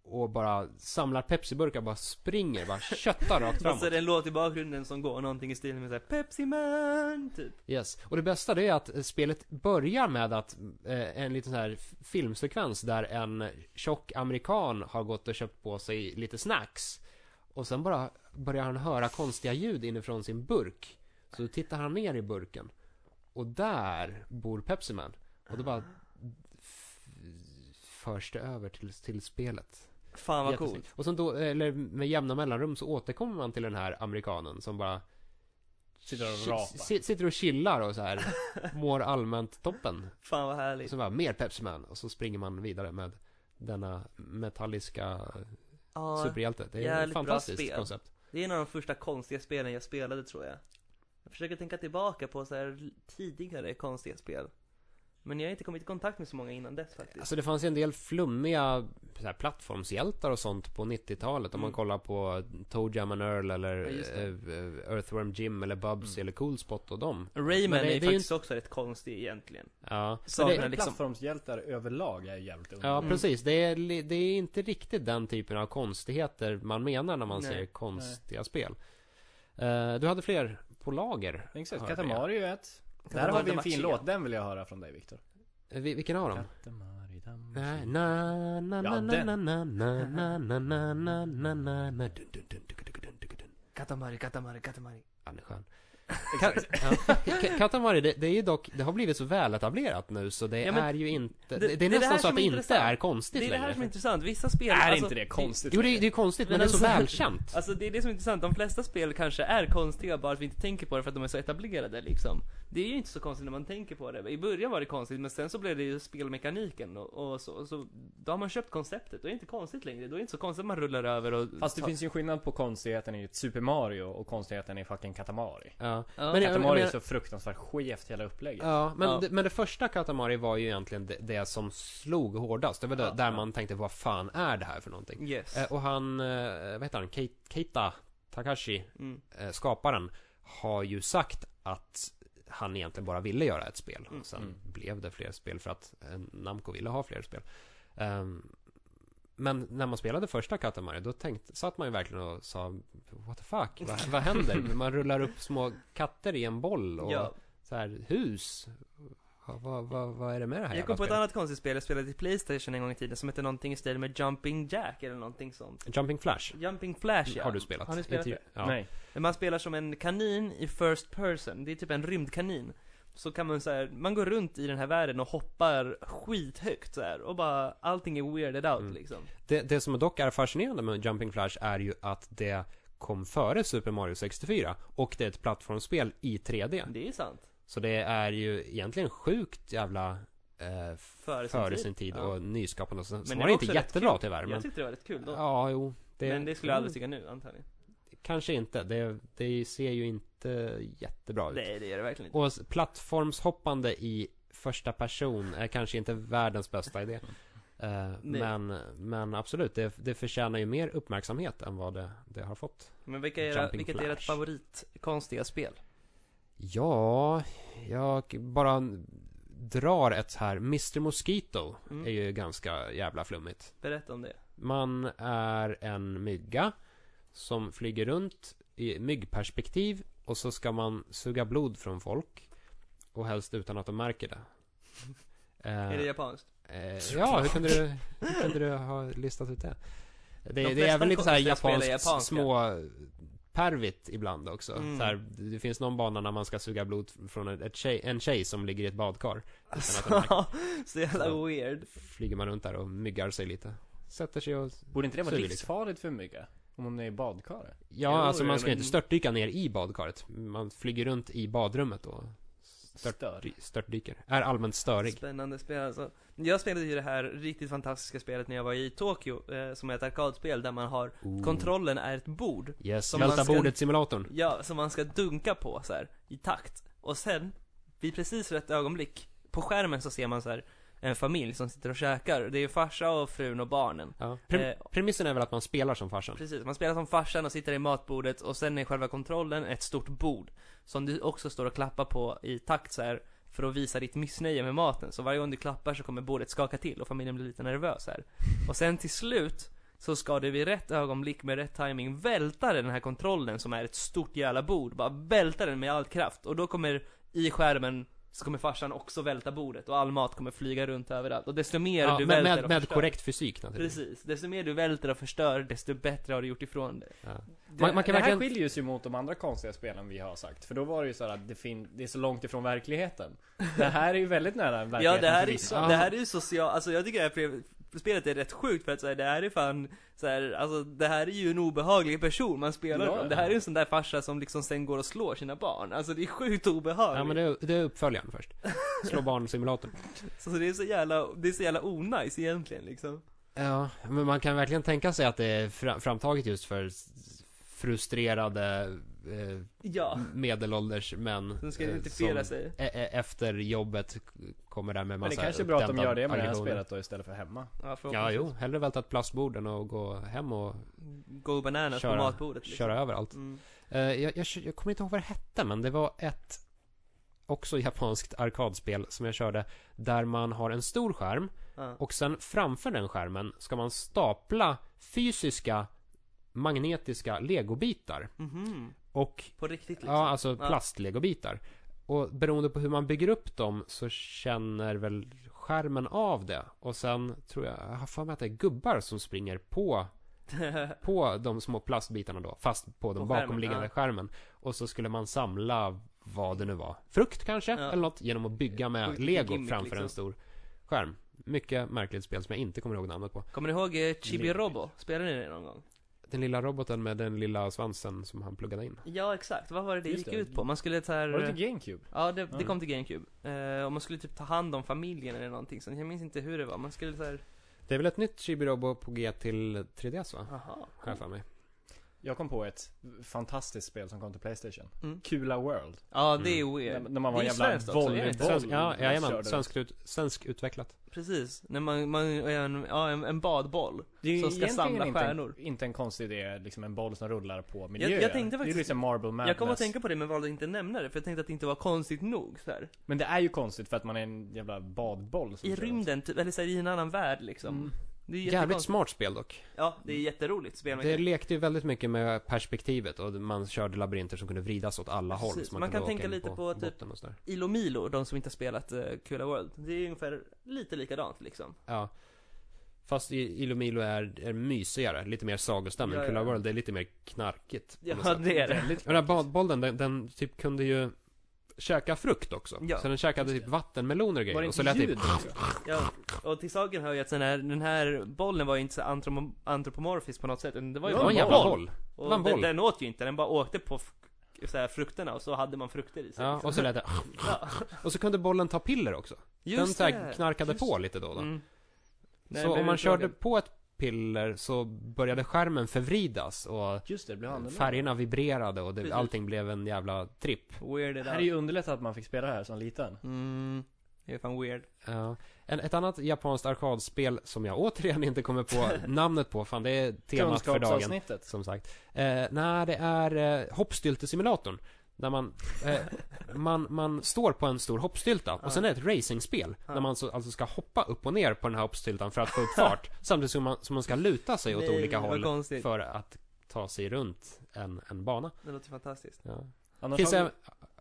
Speaker 3: och bara samlar Pepsi-burkar, bara springer, bara köttar rakt
Speaker 2: Och så är
Speaker 3: framåt.
Speaker 2: det en låt i bakgrunden som går någonting i stil med såhär Pepsi Man, typ.
Speaker 3: Yes. Och det bästa det är att eh, spelet börjar med att eh, en liten så här f- filmsekvens där en tjock amerikan har gått och köpt på sig lite snacks. Och sen bara börjar han höra konstiga ljud inifrån sin burk. Så då tittar han ner i burken. Och där bor Pepsiman. Och då bara f- förs det över till, till spelet.
Speaker 2: Fan vad
Speaker 3: Jättesnyggt.
Speaker 2: coolt.
Speaker 3: Och sen då, eller med jämna mellanrum så återkommer man till den här amerikanen som bara
Speaker 1: Sitter och
Speaker 3: Shit,
Speaker 1: rapar.
Speaker 3: si- Sitter och chillar och så här Mår allmänt toppen
Speaker 2: Fan vad härligt.
Speaker 3: Så bara, mer Pepsi-Man Och så springer man vidare med Denna metalliska
Speaker 2: Ja,
Speaker 3: superhjälte Det är ett
Speaker 2: jävligt bra
Speaker 3: fantastiskt
Speaker 2: spel.
Speaker 3: koncept
Speaker 2: Det är en av de första konstiga spelen jag spelade tror jag. Jag försöker tänka tillbaka på så här tidigare konstiga spel. Men jag har inte kommit i kontakt med så många innan dess faktiskt.
Speaker 3: Alltså det fanns ju en del flummiga så här, plattformshjältar och sånt på 90-talet. Om man
Speaker 2: Mm.
Speaker 3: kollar på Toe Jam and Earl eller
Speaker 2: Ja, just det. Mm.
Speaker 3: eh, eh, Earthworm Jim eller Bubsy eller Coolspot och dem.
Speaker 2: Rayman
Speaker 3: Men det-
Speaker 2: är,
Speaker 3: det är
Speaker 2: ju
Speaker 3: ju
Speaker 2: faktiskt också rätt konstig egentligen.
Speaker 3: Ja,
Speaker 2: Så det,
Speaker 1: Men
Speaker 2: liksom,
Speaker 1: Plattformshjältar överlag är jävligt underligt.
Speaker 3: ja
Speaker 2: Mm.
Speaker 3: precis. Det är, li- det är inte riktigt den typen av konstigheter man menar när man
Speaker 2: Nej,
Speaker 3: säger konstiga spel. Eh, du hade fler på lager.
Speaker 1: Exakt,
Speaker 3: hörde jag.
Speaker 1: Katamari är ju ett. Där
Speaker 2: Katamari
Speaker 1: har vi en
Speaker 2: Damacy,
Speaker 1: fin
Speaker 2: ja.
Speaker 1: låt, den vill jag höra från dig Viktor.
Speaker 3: Eh, vi- Vilken av dem?
Speaker 1: Katamari
Speaker 3: Na
Speaker 1: Damacy.
Speaker 3: na na
Speaker 1: Ja,
Speaker 3: na na
Speaker 1: den.
Speaker 3: na na na na na na na na na dun dun dun dun dun dun dun dun.
Speaker 2: Katamari, Katamari, Katamari.
Speaker 3: Ja, den är skön. Ka- ja. Ka- Katamari, det, det är ju dock, det har blivit så väletablerat nu så det
Speaker 2: Ja, men
Speaker 3: är ju inte,
Speaker 2: det-
Speaker 3: det,
Speaker 2: det
Speaker 3: är
Speaker 2: är det
Speaker 3: nästan
Speaker 2: här
Speaker 3: så att
Speaker 2: som
Speaker 3: det
Speaker 2: är
Speaker 3: inte
Speaker 2: intressant.
Speaker 3: är konstigt
Speaker 2: Det är det här
Speaker 3: längre.
Speaker 2: som är intressant. Vissa spel...
Speaker 1: Är
Speaker 2: alltså,
Speaker 1: inte det konstigt?
Speaker 3: Jo, det är, det är konstigt
Speaker 2: Men
Speaker 3: men, det är så
Speaker 2: alltså-
Speaker 3: välkänt.
Speaker 2: Alltså det är det som är intressant. De flesta spel kanske är konstiga bara att vi inte tänker på det för att de är så etablerade liksom. Det är ju inte så konstigt när man tänker på det. I början var det konstigt men sen så blev det ju spelmekaniken och, och så, och så. Då har man köpt konceptet. Då är det inte konstigt längre. Då är det inte så konstigt att man rullar över och...
Speaker 1: Fast det finns ju en skillnad på konstigheten i ett Super Mario och konstigheten i fucking Katamari.
Speaker 3: Ja.
Speaker 2: Ja.
Speaker 3: Men, jag- jag,
Speaker 1: Katamari är
Speaker 3: menar-
Speaker 1: så fruktansvärt skevt hela upplägget.
Speaker 3: ja, men,
Speaker 2: Ja.
Speaker 3: Det, men det första Katamari var ju egentligen det, det som slog hårdast. Det var det,
Speaker 2: Ja,
Speaker 3: där
Speaker 2: ja.
Speaker 3: man tänkte, vad fan är det här för någonting?
Speaker 2: Yes.
Speaker 3: Eh, och han, eh, vad heter han, Ke- Keita Takashi,
Speaker 2: Mm.
Speaker 3: eh, skaparen, har ju sagt att han egentligen bara ville göra ett spel.
Speaker 2: Mm.
Speaker 3: Och sen
Speaker 1: Mm.
Speaker 3: blev det fler spel för att eh, Namco ville ha fler spel. Ehm, men när man spelade första Katamari, då tänkte, satt man ju verkligen och sa What the fuck, vad, vad händer? Man rullar upp små katter i en boll och
Speaker 2: Ja.
Speaker 3: så här hus. Vad, vad, vad, vad är det med det här
Speaker 2: Jag
Speaker 3: jävla
Speaker 2: kom på ett
Speaker 3: spelet?
Speaker 2: annat konstigt spel jag spelade i Playstation en gång i tiden som hette någonting i stil med Jumping Jack eller någonting sånt.
Speaker 3: Jumping Flash
Speaker 2: Jumping Flash ja.
Speaker 3: har du spelat.
Speaker 2: Har ni spelat
Speaker 3: Inte-
Speaker 2: det?
Speaker 3: Ja.
Speaker 1: Nej.
Speaker 2: Men Man spelar som en kanin i first person, det är typ en rymdkanin. Så kan man så här, man går runt i den här världen och hoppar skithögt så här och bara allting är weirded out
Speaker 3: Mm.
Speaker 2: liksom.
Speaker 3: Det, det som dock är fascinerande med Jumping Flash är ju att det kom före Super Mario 64 och det är ett plattformsspel i 3D.
Speaker 2: Det är sant.
Speaker 3: Så det är ju egentligen sjukt jävla eh,
Speaker 2: Före sin
Speaker 3: före
Speaker 2: tid.
Speaker 3: sin tid
Speaker 2: Ja.
Speaker 3: och nyskapande och så.
Speaker 2: det
Speaker 3: Sen
Speaker 2: var
Speaker 3: var det inte
Speaker 2: också rätt
Speaker 3: jättebra
Speaker 2: kul.
Speaker 3: tyvärr.
Speaker 2: Jag
Speaker 3: Men,
Speaker 2: tyckte det var rätt kul då.
Speaker 3: ja, jo.
Speaker 2: Men det skulle jag aldrig tycka nu antagligen.
Speaker 3: Kanske inte. Det, det ser ju inte jättebra ut.
Speaker 2: Nej det gör det verkligen inte.
Speaker 3: Och s- plattformshoppande i första person är kanske inte världens bästa idé. Eh,
Speaker 2: Nej.
Speaker 3: men, men absolut, det, det förtjänar ju mer uppmärksamhet än vad det, det har fått.
Speaker 2: Men vilka är era,
Speaker 3: Jumping
Speaker 2: vilket är
Speaker 3: Flash.
Speaker 2: ert favoritkonstiga spel?
Speaker 3: Ja, jag bara drar ett här. Mr Mosquito
Speaker 2: Mm.
Speaker 3: är ju ganska jävla flummigt.
Speaker 2: Berätta om det.
Speaker 3: Man är en mygga som flyger runt i myggperspektiv och så ska man suga blod från folk. Och helst utan att de märker det. Eh,
Speaker 2: Är det japanskt?
Speaker 3: Eh, ja, hur kunde, du, hur kunde du ha listat ut det? Det,
Speaker 2: De
Speaker 3: det är
Speaker 2: flesta
Speaker 3: väl lite såhär
Speaker 2: konstnärsspel är
Speaker 3: japanskt
Speaker 2: japanska.
Speaker 3: små pervigt ibland också.
Speaker 2: Mm.
Speaker 3: Så här, det finns någon bana när man ska suga blod från ett, ett tjej, en tjej som ligger i ett badkar.
Speaker 2: Alltså, så jävla
Speaker 3: Så.
Speaker 2: weird.
Speaker 3: Flyger man runt där och myggar sig lite. Sätter sig och...
Speaker 1: Borde inte det vara
Speaker 3: Så är det liksom.
Speaker 1: livsfarligt för mygga? Om hon är i badkaret?
Speaker 3: Ja,
Speaker 2: Jo,
Speaker 3: alltså man
Speaker 2: jo,
Speaker 3: ska
Speaker 2: men-
Speaker 3: inte störtdyka ner i badkaret. Man flyger runt i badrummet och stört,
Speaker 1: Stör.
Speaker 3: störtdyker. Är allmänt störig.
Speaker 2: Spännande spel alltså. Jag spelade ju det här riktigt fantastiska spelet när jag var i Tokyo, eh, som är ett arkadspel där man
Speaker 3: Mm.
Speaker 2: har Kontrollen är ett bord,
Speaker 3: Yes,
Speaker 2: som
Speaker 3: välta
Speaker 2: man ska-
Speaker 3: bordet-simulatorn.
Speaker 2: ja, som man ska dunka på så här i takt. Och sen, vid precis rätt ögonblick, på skärmen så ser man så här en familj som sitter och käkar. Det är farsa och frun och barnen.
Speaker 3: Ja. Pre-
Speaker 2: Eh,
Speaker 3: premissen är väl att man spelar som farsan?
Speaker 2: Precis, man spelar som farsan och sitter i matbordet och sen är själva kontrollen ett stort bord. Som du också står och klappar på i takt så här för att visa ditt missnöje med maten. Så varje gång du klappar så kommer bordet skaka till och familjen blir lite nervös här. Och sen till slut så ska du vid rätt ögonblick med rätt timing välta den här kontrollen som är ett stort jävla bord. Bara välta den med all kraft och då kommer i skärmen så kommer farsan också välta bordet och all mat kommer flyga runt överallt. Och desto mer
Speaker 3: Ja,
Speaker 2: du
Speaker 3: med,
Speaker 2: välter och
Speaker 3: med, med
Speaker 2: förstör-
Speaker 3: korrekt fysik naturligtvis.
Speaker 2: Precis, desto mer du välter och förstör, desto bättre har du gjort ifrån dig.
Speaker 3: Ja.
Speaker 1: Det,
Speaker 3: Man, man kan
Speaker 1: det här
Speaker 3: verkligen...
Speaker 1: skiljer sig ju mot de andra konstiga spelen vi har sagt. För då var det ju så här att det, fin- det är så långt ifrån verkligheten. Det här är ju väldigt nära
Speaker 2: Ja
Speaker 1: verkligheten
Speaker 2: det här,
Speaker 1: för
Speaker 2: är,
Speaker 1: vissa.
Speaker 3: Ah.
Speaker 2: det här är ju social, alltså jag tycker det här pre- spelet är rätt sjukt för att säga det här är fan så här, alltså det här är ju en obehaglig person man spelar
Speaker 1: Ja,
Speaker 2: med.
Speaker 1: ja.
Speaker 2: Det här är ju en sån där farsa som liksom sen går och slår sina barn, alltså det är sjukt obehagligt.
Speaker 3: Ja men det, det är uppföljaren först. Slå barn-simulatorn.
Speaker 2: så, så det är så jävla, det är så jävla onajs egentligen liksom.
Speaker 3: Ja, men man kan verkligen tänka sig att det är fra- framtaget just för s- frustrerade eh,
Speaker 2: Ja,
Speaker 3: medelålders män.
Speaker 2: som ska
Speaker 3: eh,
Speaker 2: identifiera
Speaker 3: som,
Speaker 2: sig.
Speaker 3: e- e- efter jobbet kommer där med
Speaker 1: Men
Speaker 3: massa
Speaker 1: det kanske är bra att de
Speaker 3: uppdämda
Speaker 1: gör det med det här
Speaker 3: aggressioner.
Speaker 1: spelet då istället för hemma.
Speaker 2: Ja,
Speaker 3: Ja,
Speaker 2: förhoppningsvis.
Speaker 3: jo. Hellre välta ett plastborden och gå hem och
Speaker 1: Liksom.
Speaker 2: Go bananas
Speaker 3: Köra-
Speaker 2: på matbordet. liksom.
Speaker 3: köra över allt.
Speaker 2: Mm.
Speaker 3: Eh, jag, jag, jag kommer inte ihåg vad det hette, men det var ett också japanskt arkadspel som jag körde där man har en stor skärm
Speaker 2: Ja.
Speaker 3: och sen framför den skärmen ska man stapla fysiska magnetiska legobitar
Speaker 2: Mhm.
Speaker 3: och
Speaker 2: På riktigt liksom.
Speaker 3: ja, alltså
Speaker 2: Ja.
Speaker 3: plastlegobitar. Och beroende på hur man bygger upp dem så känner väl skärmen av det. Och sen tror jag, jag har för mig att det är gubbar som springer på på de små plastbitarna då, fast på den
Speaker 2: På skärmen,
Speaker 3: bakomliggande
Speaker 2: ja.
Speaker 3: skärmen. Och så skulle man samla vad det nu var, frukt kanske,
Speaker 2: Ja.
Speaker 3: eller något, genom att bygga med
Speaker 2: Och
Speaker 3: lego
Speaker 2: gimmick,
Speaker 3: framför
Speaker 2: liksom.
Speaker 3: en stor skärm. Mycket märkligt spel som jag inte kommer ihåg namnet på.
Speaker 2: Kommer ni ihåg eh, Chibi Robo? Spelade ni det någon gång?
Speaker 3: Den lilla roboten med den lilla svansen som han pluggade in.
Speaker 2: Ja, exakt. Vad var det det
Speaker 1: Just
Speaker 2: gick
Speaker 1: det.
Speaker 2: ut på? Man skulle så här...
Speaker 1: Var det inte GameCube?
Speaker 2: Ja, det, det
Speaker 1: Ja.
Speaker 2: kom till GameCube. Eh, och man skulle typ ta hand om familjen eller någonting sånt. Jag minns inte hur det var. Man skulle såhär,
Speaker 3: Det är väl ett nytt Chibi-Robo på G till 3DS va?
Speaker 2: aha.
Speaker 3: Har jag för mig.
Speaker 1: Jag kom på ett fantastiskt spel som kom till Playstation.
Speaker 2: Mm.
Speaker 1: Kula World.
Speaker 2: Ja, det är
Speaker 1: När,
Speaker 2: weird.
Speaker 1: Mm. när man var
Speaker 2: Det
Speaker 1: en
Speaker 2: är
Speaker 1: jävla
Speaker 2: svenskt också, är det inte?
Speaker 1: volleyboll.
Speaker 3: Svensk, ja,
Speaker 1: körde
Speaker 3: jajamän.
Speaker 1: du.
Speaker 3: Svensk, ut, svensk utvecklat.
Speaker 2: Precis. När man, man är en, ja, en, en badboll.
Speaker 1: Det är ju
Speaker 2: Som ska
Speaker 1: egentligen
Speaker 2: samla
Speaker 1: inte,
Speaker 2: stjärnor.
Speaker 1: Inte en konstig idé, liksom en boll som rullar på miljöer.
Speaker 2: jag
Speaker 1: Det
Speaker 2: tänkte
Speaker 1: är
Speaker 2: faktiskt-
Speaker 1: ju liksom Marble Madness.
Speaker 2: Jag kom att tänka på det men valde att inte nämna det för jag tänkte att det inte var konstigt nog så här.
Speaker 1: Men det är ju konstigt för att man är en jävla badboll som
Speaker 2: I
Speaker 1: kör runt.
Speaker 2: rymden, typ, eller så här, i en annan värld liksom.
Speaker 1: Mm.
Speaker 2: Det är
Speaker 3: Jävligt
Speaker 2: jättekonstigt.
Speaker 3: smart spel dock.
Speaker 2: Ja, det är jätteroligt spel.
Speaker 3: Det lekte ju väldigt mycket med perspektivet och man körde labyrinter som kunde vridas åt alla håll.
Speaker 2: Precis.
Speaker 3: så
Speaker 2: Man
Speaker 3: kunde
Speaker 2: kan
Speaker 3: åka
Speaker 2: tänka
Speaker 3: in
Speaker 2: lite på typ-
Speaker 3: botten och sådär.
Speaker 2: Ilo Milo, de som inte har spelat eh, Kula World. Det är ungefär lite likadant liksom.
Speaker 3: Ja. Fast i- Ilomilo är, är mysigare, lite mer sagostämning.
Speaker 2: Ja, ja.
Speaker 3: Kula World är lite mer knarkigt. på något
Speaker 2: Ja,
Speaker 3: sätt.
Speaker 2: det är det.
Speaker 1: Väldigt
Speaker 3: Den här badbollen, den, den typ kunde ju käka frukt också.
Speaker 2: Ja.
Speaker 3: Så den käkade typ vattenmeloner och
Speaker 1: Var
Speaker 3: grejer.
Speaker 1: det
Speaker 3: Och så
Speaker 1: inte
Speaker 3: lät det
Speaker 1: ljud
Speaker 3: typ,
Speaker 1: också?
Speaker 2: Ja, och till saken hör ju att den här, den här bollen var ju inte så antromo- antropomorfisk på något sätt. utan Det var ju
Speaker 3: det
Speaker 1: Ja,
Speaker 3: var en jävla boll.
Speaker 2: Och
Speaker 3: var en
Speaker 2: Den,
Speaker 3: boll.
Speaker 2: den åt ju inte, den bara åkte på f- så här, frukterna och så hade man frukter i sig.
Speaker 3: Ja, och så lät det
Speaker 2: Ja.
Speaker 3: Och så kunde bollen ta piller också. den så här knarkade på lite då och då.
Speaker 2: Mm. Nej,
Speaker 3: Så
Speaker 2: det
Speaker 3: om man
Speaker 2: är
Speaker 3: körde
Speaker 2: tråkigt.
Speaker 3: på ett piller så började skärmen förvridas och
Speaker 1: Just det, det blev annorlunda.
Speaker 3: Färgerna vibrerade och det,
Speaker 2: Precis.
Speaker 3: allting blev en jävla tripp.
Speaker 2: Weird
Speaker 1: Det
Speaker 2: it
Speaker 1: här är ju
Speaker 2: out.
Speaker 1: underlättat att man fick spela det här som liten.
Speaker 2: Mm. Det är fan weird.
Speaker 3: Ja. en, ett annat japanskt arkadspel som jag återigen inte kommer på namnet på, fan det är temat för dagen.
Speaker 1: Kunskapsavsnittet.
Speaker 3: Som sagt. Eh, nej, det är eh, hoppstyltesimulatorn. Där man, eh, man, man står på en stor hoppstylta
Speaker 2: Ja.
Speaker 3: och sen är det ett racingspel.
Speaker 2: Ja.
Speaker 3: Där man så, alltså ska hoppa upp och ner på den här hoppstyltan för att få upp fart. samtidigt som man, som man ska luta sig åt
Speaker 2: Nej,
Speaker 3: olika
Speaker 2: vad
Speaker 3: håll
Speaker 2: konstigt.
Speaker 3: för att ta sig runt en, en bana.
Speaker 2: Det låter fantastiskt.
Speaker 3: Ja.
Speaker 1: Annars
Speaker 3: Finns
Speaker 1: har
Speaker 3: det,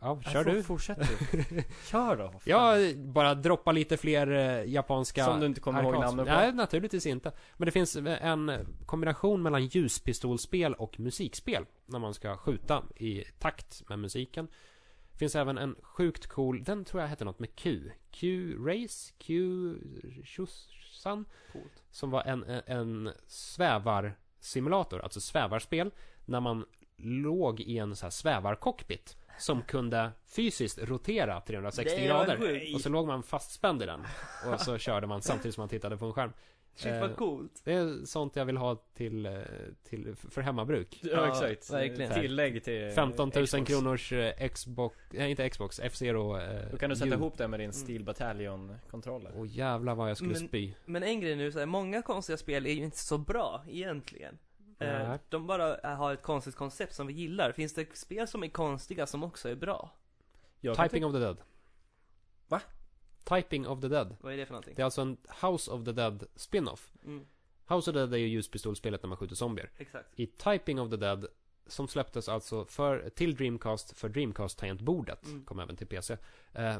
Speaker 3: ja,
Speaker 1: vi-
Speaker 3: kör
Speaker 1: Nej,
Speaker 3: du.
Speaker 1: for- Fortsätt du. Kör då. för fan.
Speaker 3: Jag bara droppa lite fler eh, japanska
Speaker 1: Som du inte kommer ihåg
Speaker 3: arkads-
Speaker 1: namnen på.
Speaker 3: Nej, naturligtvis inte. Men det finns eh, en kombination mellan ljuspistolspel och musikspel. När man ska skjuta i takt med musiken. Det finns även en sjukt cool, den tror jag hette något med Q. Q-Race? Q-Shushan?
Speaker 2: Coolt.
Speaker 3: Som var en, en- en svävarsimulator, alltså svävarspel. När man låg i en så här svävarcockpit. Som kunde fysiskt rotera 360
Speaker 2: Det är
Speaker 3: grader.
Speaker 2: sjukt.
Speaker 3: Och så låg man fastspänd i den. Och så körde man samtidigt som man tittade på en skärm.
Speaker 2: Shit
Speaker 3: Eh,
Speaker 2: vad coolt.
Speaker 3: Det är sånt jag vill ha till, eh, till för hemmabruk.
Speaker 1: Ja, exakt.
Speaker 2: Ja, verkligen.
Speaker 1: Tillägg till...
Speaker 3: 15 000
Speaker 1: Eh, Xbox.
Speaker 3: kronors eh, Xbox, nej inte Xbox, F-Zero. eh,
Speaker 1: Då kan du sätta
Speaker 3: hjul.
Speaker 1: ihop det med din Steel Battalion-kontroller.
Speaker 3: Åh jävlar vad jag skulle
Speaker 2: Men-
Speaker 1: eh,
Speaker 3: spy.
Speaker 2: Men en grej nu, så här, många konstiga spel är ju inte så bra egentligen. Eh,
Speaker 3: Nej.
Speaker 2: De bara eh, har ett konstigt koncept som vi gillar. Finns det spel som är konstiga som också är bra?
Speaker 1: Jag kan
Speaker 3: Typing of the Dead.
Speaker 1: Va?
Speaker 3: Typing of the Dead.
Speaker 2: Vad är det för någonting?
Speaker 3: Det är alltså en House of the Dead spin-off.
Speaker 2: Mm,
Speaker 3: House of the Dead är ju ljuspistolspelet när man skjuter zombier.
Speaker 2: exakt.
Speaker 3: I Typing of the Dead, som släpptes alltså för, till Dreamcast för Dreamcast-tangentbordet,
Speaker 2: Mm.
Speaker 3: kom även till PC. Eh,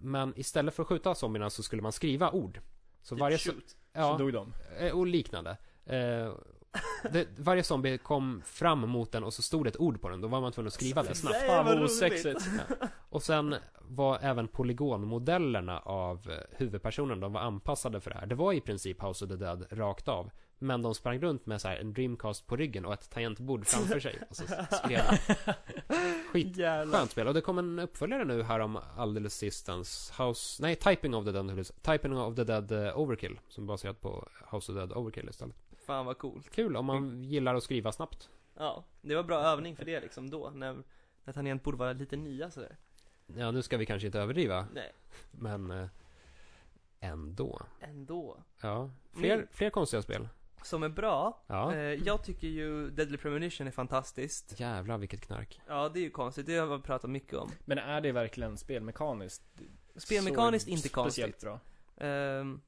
Speaker 3: men istället för att skjuta zombierna så skulle man skriva ord. Så varje... zo-
Speaker 2: shoot.
Speaker 1: Typ Så
Speaker 3: Ja,
Speaker 1: dog de.
Speaker 3: eh, och liknande. Eh, det, varje zombie kom fram mot den och så stod det ett ord på den, då var man tvungen att skriva det snabbt.
Speaker 2: Nej,
Speaker 1: Fan
Speaker 2: vad
Speaker 1: vad
Speaker 2: roligt.
Speaker 1: osexigt.
Speaker 3: Och sen var även polygonmodellerna av eh, huvudpersonen, de var anpassade för det här. Det var i princip House of the Dead rakt av. Men de sprang runt med så här en Dreamcast på ryggen och ett tangentbord framför sig. Och så skrev Skit.
Speaker 2: Jävlar.
Speaker 3: Skönt spel. Och det kom en uppföljare nu här om alldeles sistens House... Nej, Typing of the Dead naturligtvis. Typing of the Dead eh, Overkill. Som är baserat på House of the Dead Overkill istället.
Speaker 2: Fan vad coolt.
Speaker 3: Kul om man gillar att skriva snabbt.
Speaker 2: Ja, det var bra övning för det liksom då, när, när tangent borde vara lite nya sådär.
Speaker 3: Ja, nu ska vi kanske inte överdriva,
Speaker 2: Nej,
Speaker 3: men eh, ändå.
Speaker 2: ändå.
Speaker 3: Ja, fler,
Speaker 2: Mm.
Speaker 3: fler konstiga spel.
Speaker 2: Som är bra.
Speaker 3: Ja.
Speaker 2: Eh, jag tycker ju Deadly Premonition är fantastiskt.
Speaker 3: Jävlar vilket knark.
Speaker 2: Ja, det är ju konstigt, det har vi pratat mycket om.
Speaker 1: Men är det verkligen spelmekaniskt?
Speaker 2: Spelmekaniskt
Speaker 1: så
Speaker 2: inte
Speaker 1: Speciellt
Speaker 2: konstigt.
Speaker 1: bra.
Speaker 2: Ehm,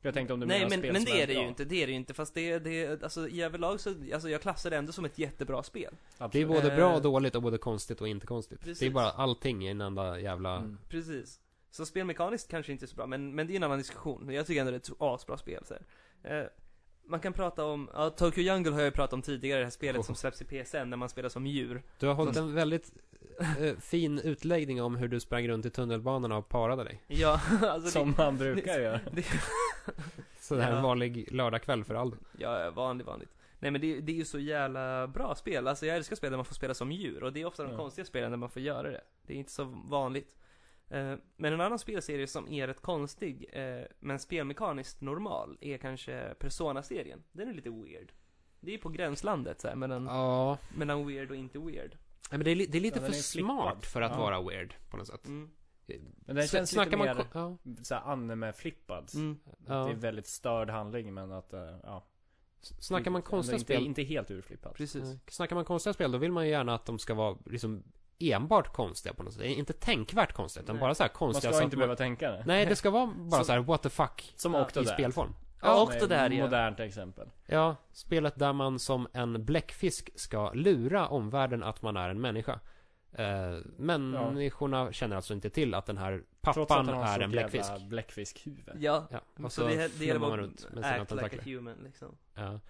Speaker 1: Jag tänkte om du
Speaker 2: Nej
Speaker 1: menar
Speaker 2: men,
Speaker 1: spel
Speaker 2: men
Speaker 1: som
Speaker 2: det är det
Speaker 1: bra.
Speaker 2: ju inte, det är det ju inte. Fast det, det, alltså i överlag så, alltså jag klassar det ändå som ett jättebra spel.
Speaker 3: Det är
Speaker 1: Absolut.
Speaker 3: både
Speaker 2: Eh.
Speaker 3: bra och dåligt och både konstigt och inte konstigt. Det är
Speaker 2: Precis.
Speaker 3: bara allting i en enda jävla...
Speaker 1: Mm.
Speaker 2: Precis. Så spelmekaniskt kanske inte är så bra, men, men det är en annan diskussion. Jag tycker ändå det är ett asbra spel så här. Eh, Man kan prata om, ja, Tokyo Jungle har jag ju pratat om tidigare, det här spelet
Speaker 1: Oh.
Speaker 2: som släpps i PSN när man spelar som djur.
Speaker 3: Du har hållit en väldigt eh, fin utläggning om hur du sprang runt i tunnelbanorna och parade dig.
Speaker 2: Ja, alltså det,
Speaker 1: Som man brukar göra.
Speaker 2: det,
Speaker 3: Sådär
Speaker 2: Ja.
Speaker 3: en vanlig lördagkväll för
Speaker 1: Mm.
Speaker 3: Aldo.
Speaker 2: Ja, vanligt, vanligt. Nej men det, det är ju så jävla bra spel, alltså jag älskar spel där man får spela som djur och det är ofta de
Speaker 1: Ja.
Speaker 2: konstiga spelen där man får göra det. Det är inte så vanligt. Eh, Men en annan spelserie som är rätt konstig, eh, men spelmekaniskt normal, är kanske Persona-serien. Den är lite weird. Det är på gränslandet så här, mellan,
Speaker 3: Ja.
Speaker 2: mellan weird och inte weird.
Speaker 3: Nej, men det är, li- det är lite
Speaker 1: Ja,
Speaker 3: för
Speaker 1: den är flippad.
Speaker 3: smart för att
Speaker 1: Ja.
Speaker 3: vara weird på något sätt.
Speaker 2: Mm.
Speaker 1: Men den
Speaker 3: S-
Speaker 1: känns lite
Speaker 3: snackar man
Speaker 1: mer
Speaker 3: ko- ja.
Speaker 1: så här anime-flippad.
Speaker 2: Mm.
Speaker 1: Det är
Speaker 3: Ja.
Speaker 1: väldigt störd handling men att, eh, ja.
Speaker 3: S- Snackar man
Speaker 1: Ändå
Speaker 3: konstiga
Speaker 1: inte,
Speaker 3: spel
Speaker 1: Inte helt urflippad.
Speaker 2: Precis.
Speaker 3: Nej. Snackar man konstiga spel, då vill man ju gärna att de ska vara liksom enbart konstiga på något sätt. Inte tänkvärt konstiga, utan
Speaker 2: Nej.
Speaker 3: bara så här
Speaker 1: Man
Speaker 3: konstiga
Speaker 1: ska
Speaker 3: så
Speaker 1: inte
Speaker 3: att
Speaker 1: behöva tänka det.
Speaker 3: Nej, det ska vara bara
Speaker 1: Som-
Speaker 3: så här what the fuck
Speaker 1: Som
Speaker 2: Ja,
Speaker 1: Octodad.
Speaker 3: i spelform.
Speaker 2: Ja,
Speaker 1: Som är
Speaker 2: också det här igen.
Speaker 1: Modernt exempel.
Speaker 3: Ja, spelet där man som en bläckfisk ska lura omvärlden att man är en människa. Eh, människorna känner alltså inte till att den här
Speaker 1: Trots att
Speaker 3: pappan
Speaker 1: han har
Speaker 3: är en
Speaker 1: sånt
Speaker 3: bläckfisk.
Speaker 1: jävla bläckfiskhuvud.
Speaker 2: Ja.
Speaker 3: Ja, och
Speaker 2: Så
Speaker 3: så
Speaker 2: det, det gäller
Speaker 3: flummar man
Speaker 2: bara
Speaker 3: runt med
Speaker 2: att
Speaker 3: sina
Speaker 2: act like a
Speaker 3: tentakler.
Speaker 2: human liksom.
Speaker 3: Ja.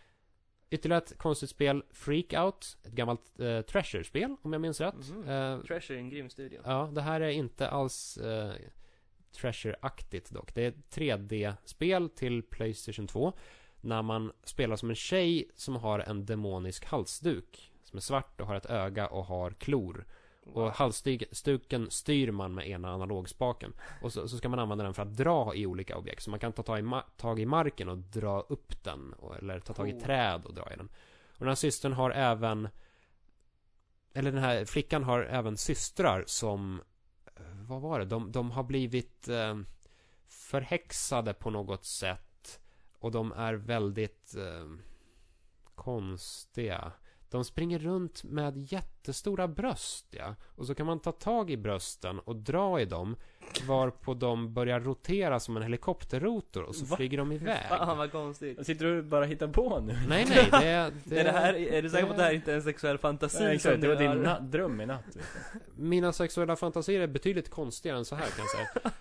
Speaker 3: Ytterligare ett konstigt spel, Freak Out. Ett gammalt eh, Treasure-spel, om jag minns rätt.
Speaker 2: Mhm.
Speaker 3: Eh,
Speaker 2: Treasure är en grym studio.
Speaker 3: Ja, det här är inte alls eh, Treasure-aktigt dock. Det är ett 3D-spel till Playstation 2. När man spelar som en tjej som har en demonisk halsduk. Som är svart och har ett öga och har klor. Och halsduken styr man med ena analogspaken. Och så, så ska man använda den för att dra i olika objekt. Så man kan ta tag i, ma- tag i marken och dra upp den. Och, eller ta tag i
Speaker 2: Oh.
Speaker 3: träd och dra i den. Och den här systern har även Eller den här flickan har även systrar som eh, Vad var det? De, de har blivit eh, Förhäxade på något sätt Och de är väldigt eh, Konstiga De springer runt med jättestora bröst ja. Och så kan man ta tag i brösten och dra i dem Varpå de börjar rotera som en helikopterrotor och så
Speaker 1: Va?
Speaker 3: flyger de iväg
Speaker 2: Fan vad konstigt.
Speaker 1: Jag Sitter du bara hittar på nu?
Speaker 3: Nej nej, det, det,
Speaker 2: Det... Är, det här, är du säker på att det här inte är en sexuell fantasi?
Speaker 1: eh, Ja, exakt,
Speaker 2: som
Speaker 1: det var
Speaker 2: du
Speaker 1: din
Speaker 2: har?
Speaker 1: na- dröm i natt. vet du.
Speaker 3: Mina sexuella fantasier är betydligt konstigare än så här kan jag säga.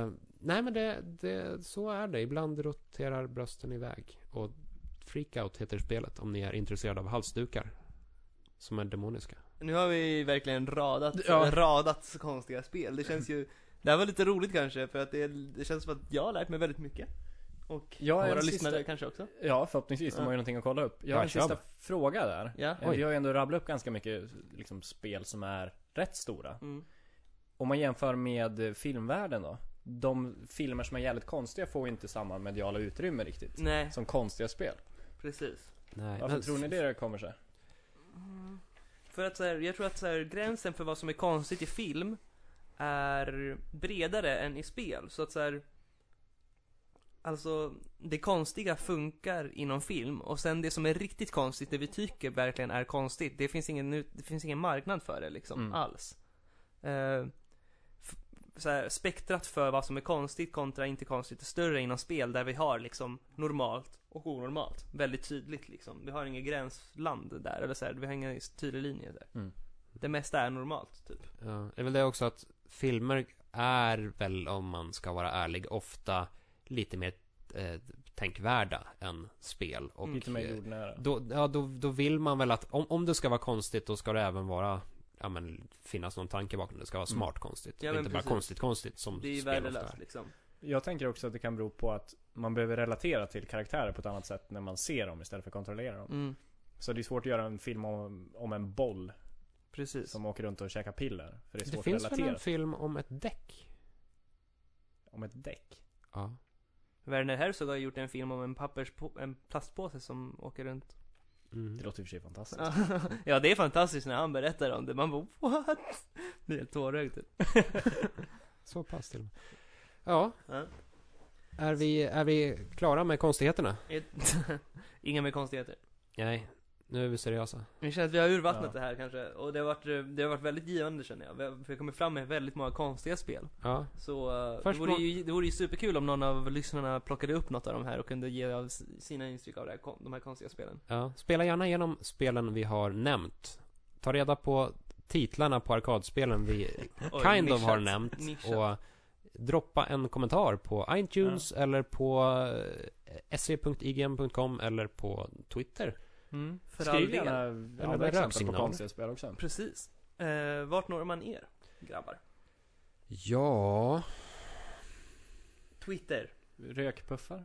Speaker 3: Eh, nej men det, det, så är det. Ibland roterar brösten iväg. Och Freakout heter spelet om ni är intresserade av halsdukar. Som är demoniska.
Speaker 2: Nu har vi verkligen radat,
Speaker 1: Ja.
Speaker 2: radat så konstiga spel. Det känns ju, det här var lite roligt kanske för att det, det känns som att jag har lärt mig väldigt mycket. Och
Speaker 1: Jag är
Speaker 2: våra
Speaker 1: en
Speaker 2: lyssnare
Speaker 1: sista-
Speaker 2: kanske också.
Speaker 1: Ja, förhoppningsvis. De har ju någonting att kolla upp. Jag har en
Speaker 3: Varsågod.
Speaker 1: sista fråga där.
Speaker 2: Ja.
Speaker 1: Eh,
Speaker 3: Oj.
Speaker 1: Vi har ju ändå rabblat upp ganska mycket liksom, spel som är rätt stora.
Speaker 2: Mm.
Speaker 1: Om man jämför med eh, filmvärlden då. De filmer som är jävligt konstiga får ju inte samma mediala utrymme riktigt.
Speaker 2: Nej,
Speaker 1: Som konstiga spel.
Speaker 2: precis.
Speaker 3: Nej,
Speaker 1: Varför tror ni det där kommer sig?
Speaker 2: För att så här, jag tror att så här, gränsen för vad som är konstigt i film är bredare än i spel. Så att så här, Alltså, det konstiga funkar inom film och sen det som är riktigt konstigt, det vi tycker verkligen är konstigt, det finns ingen, ut- det finns ingen marknad för det liksom,
Speaker 1: Mm.
Speaker 2: alls. Eh, f- så här, spektrat för vad som är konstigt kontra inte konstigt är större inom spel där vi har liksom normalt och onormalt. Väldigt tydligt liksom. Vi har inget gränsland där, eller så här, vi har ingen tydlig linje där.
Speaker 1: Mm.
Speaker 2: Det mesta är normalt, typ.
Speaker 3: Ja, det är väl det också att filmer är väl, om man ska vara ärlig, ofta lite mer eh, tänkvärda än spel. Och,
Speaker 2: Mm.
Speaker 1: Lite mer
Speaker 3: eh,
Speaker 1: jordnära.
Speaker 3: Då, ja, då, då vill man väl att, om, om det ska vara konstigt, då ska det även vara Ja men finnas någon tanke bakom det. ska vara smart konstigt.
Speaker 2: Ja,
Speaker 3: och
Speaker 2: men
Speaker 3: inte
Speaker 2: precis.
Speaker 3: bara konstigt konstigt som
Speaker 2: Det är ju
Speaker 3: spel ofta
Speaker 2: värdelöst
Speaker 3: är.
Speaker 2: liksom.
Speaker 1: Jag tänker också att det kan bero på att man behöver relatera till karaktärer på ett annat sätt när man ser dem istället för att kontrollera dem.
Speaker 2: Mm,
Speaker 1: Så det är svårt att göra en film om, om en boll
Speaker 2: precis.
Speaker 1: som åker runt och käkar piller. För det är
Speaker 3: Det
Speaker 1: svårt
Speaker 3: finns
Speaker 1: att
Speaker 3: väl
Speaker 1: relatera.
Speaker 3: en film om ett däck?
Speaker 1: Om ett däck.
Speaker 3: Ja.
Speaker 2: Werner Herzog har gjort en film om en pappers en plastpåse som åker runt.
Speaker 3: Mm.
Speaker 1: Det låter i och för sig fantastiskt.
Speaker 2: ja, det är fantastiskt när han berättar om det. Man bara what? Det är helt tårögd. typ.
Speaker 3: Så pass till och med. Ja,
Speaker 2: Ja.
Speaker 3: är vi, är vi klara med konstigheterna?
Speaker 2: Ett- Inga mer konstigheter.
Speaker 3: Nej, nu är vi seriösa.
Speaker 2: Vi känner att vi har urvattnat
Speaker 1: Ja.
Speaker 2: det här kanske. Och det har, varit, eh, det har varit väldigt givande känner jag. Vi har, vi har kommit fram med väldigt många konstiga spel.
Speaker 3: Ja,
Speaker 2: Så eh, det,
Speaker 3: Först
Speaker 2: vore
Speaker 3: må-
Speaker 2: ju, det vore ju superkul om någon av lyssnarna plockade upp något av de här och kunde ge av s- sina intryck av det här, kon- de här konstiga spelen.
Speaker 3: ja. Spela gärna igenom spelen vi har nämnt. Ta reda på titlarna på arkadspelen vi
Speaker 2: Oj,
Speaker 3: kind of
Speaker 2: nischat.
Speaker 3: har nämnt.
Speaker 2: Nischat.
Speaker 3: Och droppa en kommentar på iTunes eller på eh, se.igm.com eller på Twitter.
Speaker 2: Mm, för all
Speaker 1: Skriv
Speaker 2: del.
Speaker 1: gärna
Speaker 3: men
Speaker 1: andra exempel på
Speaker 3: röksignaler.
Speaker 1: konstiga spel också.
Speaker 2: Precis. Eh, vart når man er, grabbar?
Speaker 3: Ja,
Speaker 2: Twitter.
Speaker 1: Rökpuffar?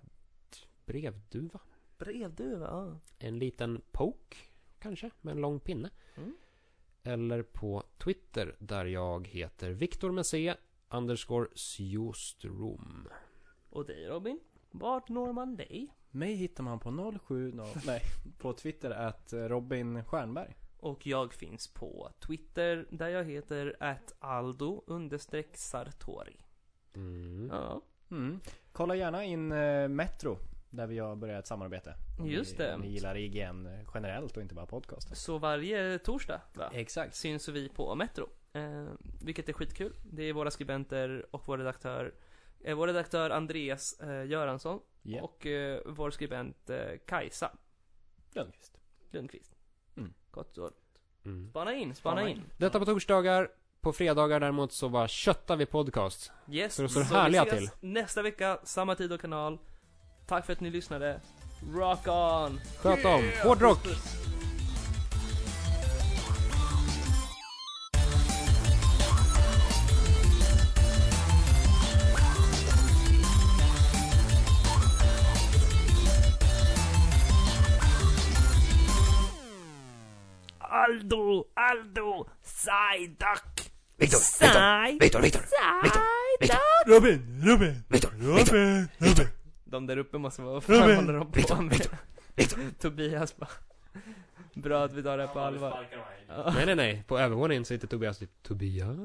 Speaker 3: brevduva.
Speaker 2: Brevduva, ja.
Speaker 3: En liten poke kanske med en lång pinne.
Speaker 2: Mm.
Speaker 3: Eller på Twitter där jag heter Viktor med C underscore Sjostrom.
Speaker 2: Och dig Robin? Vart når man dig?
Speaker 1: Mig hittar man på 070... Nej, på Twitter att Robin Stjernberg.
Speaker 2: Och jag finns på Twitter där jag heter att aldo understreck sartori.
Speaker 3: Mm.
Speaker 2: Ja,
Speaker 1: Mm. Kolla gärna in eh, Metro. Där vi har börjat ett samarbete. Om
Speaker 2: Just
Speaker 1: ni,
Speaker 2: det.
Speaker 1: om Ni gillar IGN generellt och inte bara podcasten.
Speaker 2: så varje torsdag va?
Speaker 1: Exakt.
Speaker 2: syns vi på Metro. Eh, vilket är skitkul. Det är våra skribenter och vår redaktör, eh, vår redaktör Andreas eh, Göransson
Speaker 1: Ja.
Speaker 2: och eh, vår skribent eh, Kajsa
Speaker 1: Lundqvist.
Speaker 2: Lundqvist.
Speaker 1: Mm.
Speaker 2: Gott så.
Speaker 3: Mm.
Speaker 2: Spana in, spana,
Speaker 1: Spana
Speaker 2: in.
Speaker 3: Detta på torsdagar. På fredagar däremot så bara köttar vi podcast.
Speaker 2: Yes,
Speaker 3: Så det står
Speaker 2: vi
Speaker 3: härliga
Speaker 2: ses Nästa vecka, samma tid och kanal. Tack för att ni lyssnade. Rock on!
Speaker 3: Sköt om. Hårdrock!
Speaker 2: Aldo, Aldo, Psyduck!
Speaker 4: Victor,
Speaker 2: Psy,
Speaker 4: Victor, Victor,
Speaker 2: Psyduck!
Speaker 1: Robin! Robin!
Speaker 4: Victor, Victor, Victor,
Speaker 2: De där uppe måste vara, vad fan håller de på
Speaker 4: Victor,
Speaker 2: med? Tobias bara, bra att vi tar det här på allvar. Ja.
Speaker 3: Nej, nej, nej. På övervåningen sitter Tobias typ Tobias?